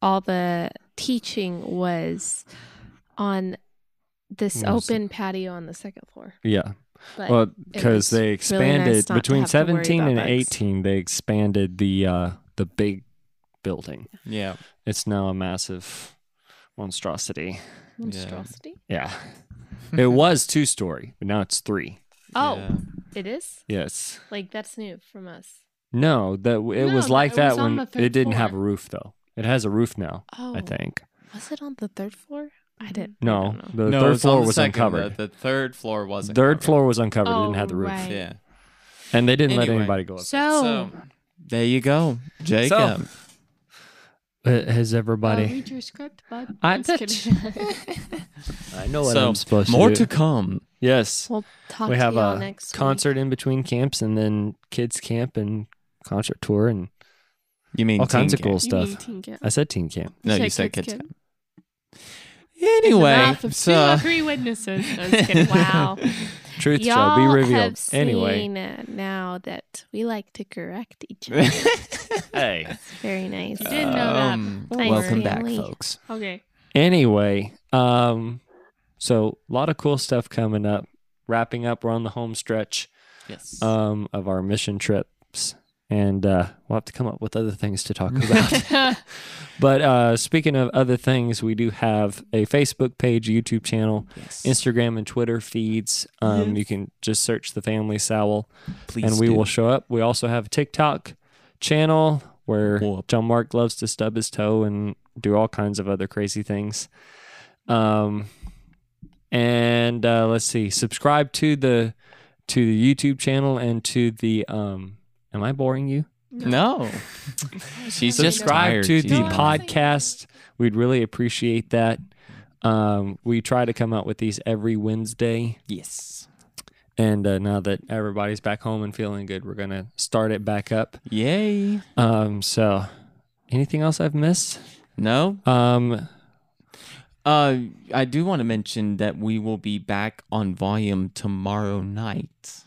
Speaker 2: all the teaching was on this
Speaker 3: Was-
Speaker 2: open patio on the second floor.
Speaker 3: Yeah.
Speaker 2: But
Speaker 3: Well,
Speaker 2: it
Speaker 3: because
Speaker 2: was
Speaker 3: they expanded
Speaker 2: not to
Speaker 3: between
Speaker 2: have to worry
Speaker 3: 17 and
Speaker 2: about bugs.
Speaker 3: 18, they expanded the uh, the big building.
Speaker 1: Yeah.
Speaker 3: It's now a massive monstrosity.
Speaker 2: monstrosity.
Speaker 3: Yeah. it was two story, but now it's three.
Speaker 2: Oh,
Speaker 1: Yeah.
Speaker 2: it is
Speaker 3: Yes.
Speaker 2: like that's new from us.
Speaker 3: No, that it
Speaker 2: No,
Speaker 3: was like
Speaker 2: it
Speaker 3: that
Speaker 2: was on
Speaker 3: when
Speaker 2: the
Speaker 3: it
Speaker 2: third
Speaker 3: didn't have a
Speaker 2: floor.
Speaker 3: roof though. It has a roof now,
Speaker 2: Oh,
Speaker 3: I think. Mm-hmm.
Speaker 2: was it on the third floor? I didn't. I
Speaker 3: No,
Speaker 2: don't know.
Speaker 3: the
Speaker 1: no, it
Speaker 3: third
Speaker 1: was on
Speaker 3: floor
Speaker 1: the
Speaker 3: was
Speaker 1: second,
Speaker 3: uncovered.
Speaker 1: but The third floor wasn't.
Speaker 3: third
Speaker 1: covered.
Speaker 3: floor was uncovered. it didn't
Speaker 2: Oh,
Speaker 3: have the roof,
Speaker 2: right. Oh.
Speaker 1: Yeah.
Speaker 3: and they didn't let
Speaker 1: Anyway.
Speaker 3: anybody go up.
Speaker 2: So,
Speaker 1: So there you go, Jacob.
Speaker 3: Has
Speaker 4: Uh,
Speaker 3: everybody?
Speaker 4: read your script, bud.
Speaker 3: I-
Speaker 4: I'm just kidding.
Speaker 3: I know what
Speaker 1: So,
Speaker 3: I'm supposed
Speaker 1: more
Speaker 3: to
Speaker 1: to
Speaker 3: do.
Speaker 1: come.
Speaker 3: yes,
Speaker 2: we'll talk
Speaker 3: we
Speaker 2: to
Speaker 3: have
Speaker 2: y'all
Speaker 3: a
Speaker 2: next
Speaker 3: concert in between camps, and then kids camp and concert tour, and
Speaker 1: You mean
Speaker 3: all kinds of
Speaker 1: teen
Speaker 3: cool
Speaker 1: camp.
Speaker 2: Mm-hmm.
Speaker 4: You mean
Speaker 3: stuff.
Speaker 4: teen camp.
Speaker 3: I said teen camp.
Speaker 1: No, you said kids.
Speaker 4: camp.
Speaker 1: camp.
Speaker 4: It's a
Speaker 1: Anyway,
Speaker 4: mouth of
Speaker 1: so
Speaker 4: two or three witnesses. I'm just kidding.
Speaker 2: week. Wow.
Speaker 3: Truth shall
Speaker 2: Y'all
Speaker 3: be revealed.
Speaker 2: have
Speaker 3: Anyway,
Speaker 2: seen uh, now that we like to correct each other.
Speaker 3: hey.
Speaker 2: Very nice.
Speaker 4: You didn't know that
Speaker 1: Um,
Speaker 4: before.
Speaker 2: Thanks,
Speaker 1: welcome back,
Speaker 2: family.
Speaker 1: folks.
Speaker 4: Okay.
Speaker 3: Anyway, um, so a lot of cool stuff coming up. Wrapping up, we're on the home stretch
Speaker 1: Yes.
Speaker 3: um, of our mission trips, and uh, we'll have to come up with other things to talk about. but uh, speaking of other things, we do have a Facebook page, YouTube channel,
Speaker 1: yes.
Speaker 3: Instagram, and Twitter feeds. Um, You can just search the Family Sowell,
Speaker 1: Please
Speaker 3: and we
Speaker 1: do.
Speaker 3: will show up. We also have a TikTok channel where
Speaker 1: Whoop.
Speaker 3: John Mark loves to stub his toe and do all kinds of other crazy things. Um, and uh, let's see, subscribe to the to the YouTube channel and to the um. Am I boring you?
Speaker 1: No. She's just
Speaker 3: subscribe
Speaker 1: tired.
Speaker 3: to
Speaker 1: She's
Speaker 3: the
Speaker 1: not-
Speaker 3: podcast. We'd really appreciate that. Um, we try to come out with these every Wednesday.
Speaker 1: Yes.
Speaker 3: And uh, now that everybody's back home and feeling good, we're going to start it back up.
Speaker 1: Yay.
Speaker 3: Um, so, anything else I've missed?
Speaker 1: No.
Speaker 3: Um,
Speaker 1: Uh, I do want to mention that we will be back on volume tomorrow night.
Speaker 3: yes,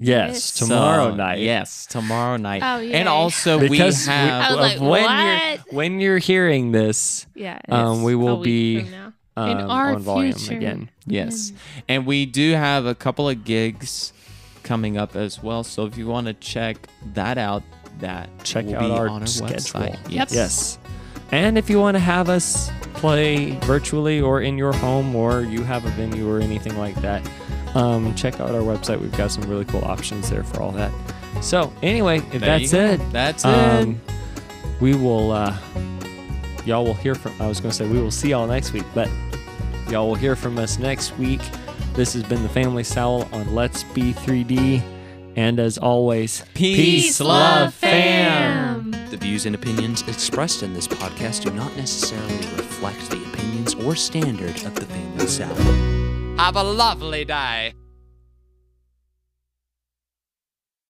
Speaker 2: Yes.
Speaker 3: tomorrow
Speaker 1: So,
Speaker 3: night.
Speaker 1: Yes, tomorrow night.
Speaker 2: Oh, yay.
Speaker 1: And also
Speaker 3: Because
Speaker 1: we
Speaker 3: we-
Speaker 1: have
Speaker 2: I was
Speaker 3: of
Speaker 2: like,
Speaker 3: when
Speaker 2: what?
Speaker 3: you're when you're hearing this,
Speaker 2: Yeah. it
Speaker 3: um,
Speaker 2: is.
Speaker 3: we will
Speaker 4: A week
Speaker 3: be
Speaker 4: from now.
Speaker 3: um,
Speaker 4: In our
Speaker 3: on volume
Speaker 4: future.
Speaker 3: again.
Speaker 1: yes. And we do have a couple of gigs coming up as well. So if you want to check that out, that
Speaker 3: Check
Speaker 1: will
Speaker 3: out
Speaker 1: be
Speaker 3: our,
Speaker 1: on our
Speaker 3: schedule.
Speaker 1: website.
Speaker 4: Yep.
Speaker 3: Yes. And if you want to have us play virtually or in your home or you have a venue or anything like that, um, check out our website. We've got some really cool options there for all that. So, anyway, if
Speaker 1: There you
Speaker 3: that's
Speaker 1: go.
Speaker 3: it,
Speaker 1: That's
Speaker 3: um, we will, uh, y'all will hear from, I was going to say we will see y'all next week, but y'all will hear from us next week. This has been the Family Sowell on Let's Be 3D. And as always,
Speaker 1: it. Peace, love, fam.
Speaker 6: The views and opinions expressed in this podcast do not necessarily reflect the opinions or standard of the family South.
Speaker 1: Have a lovely day.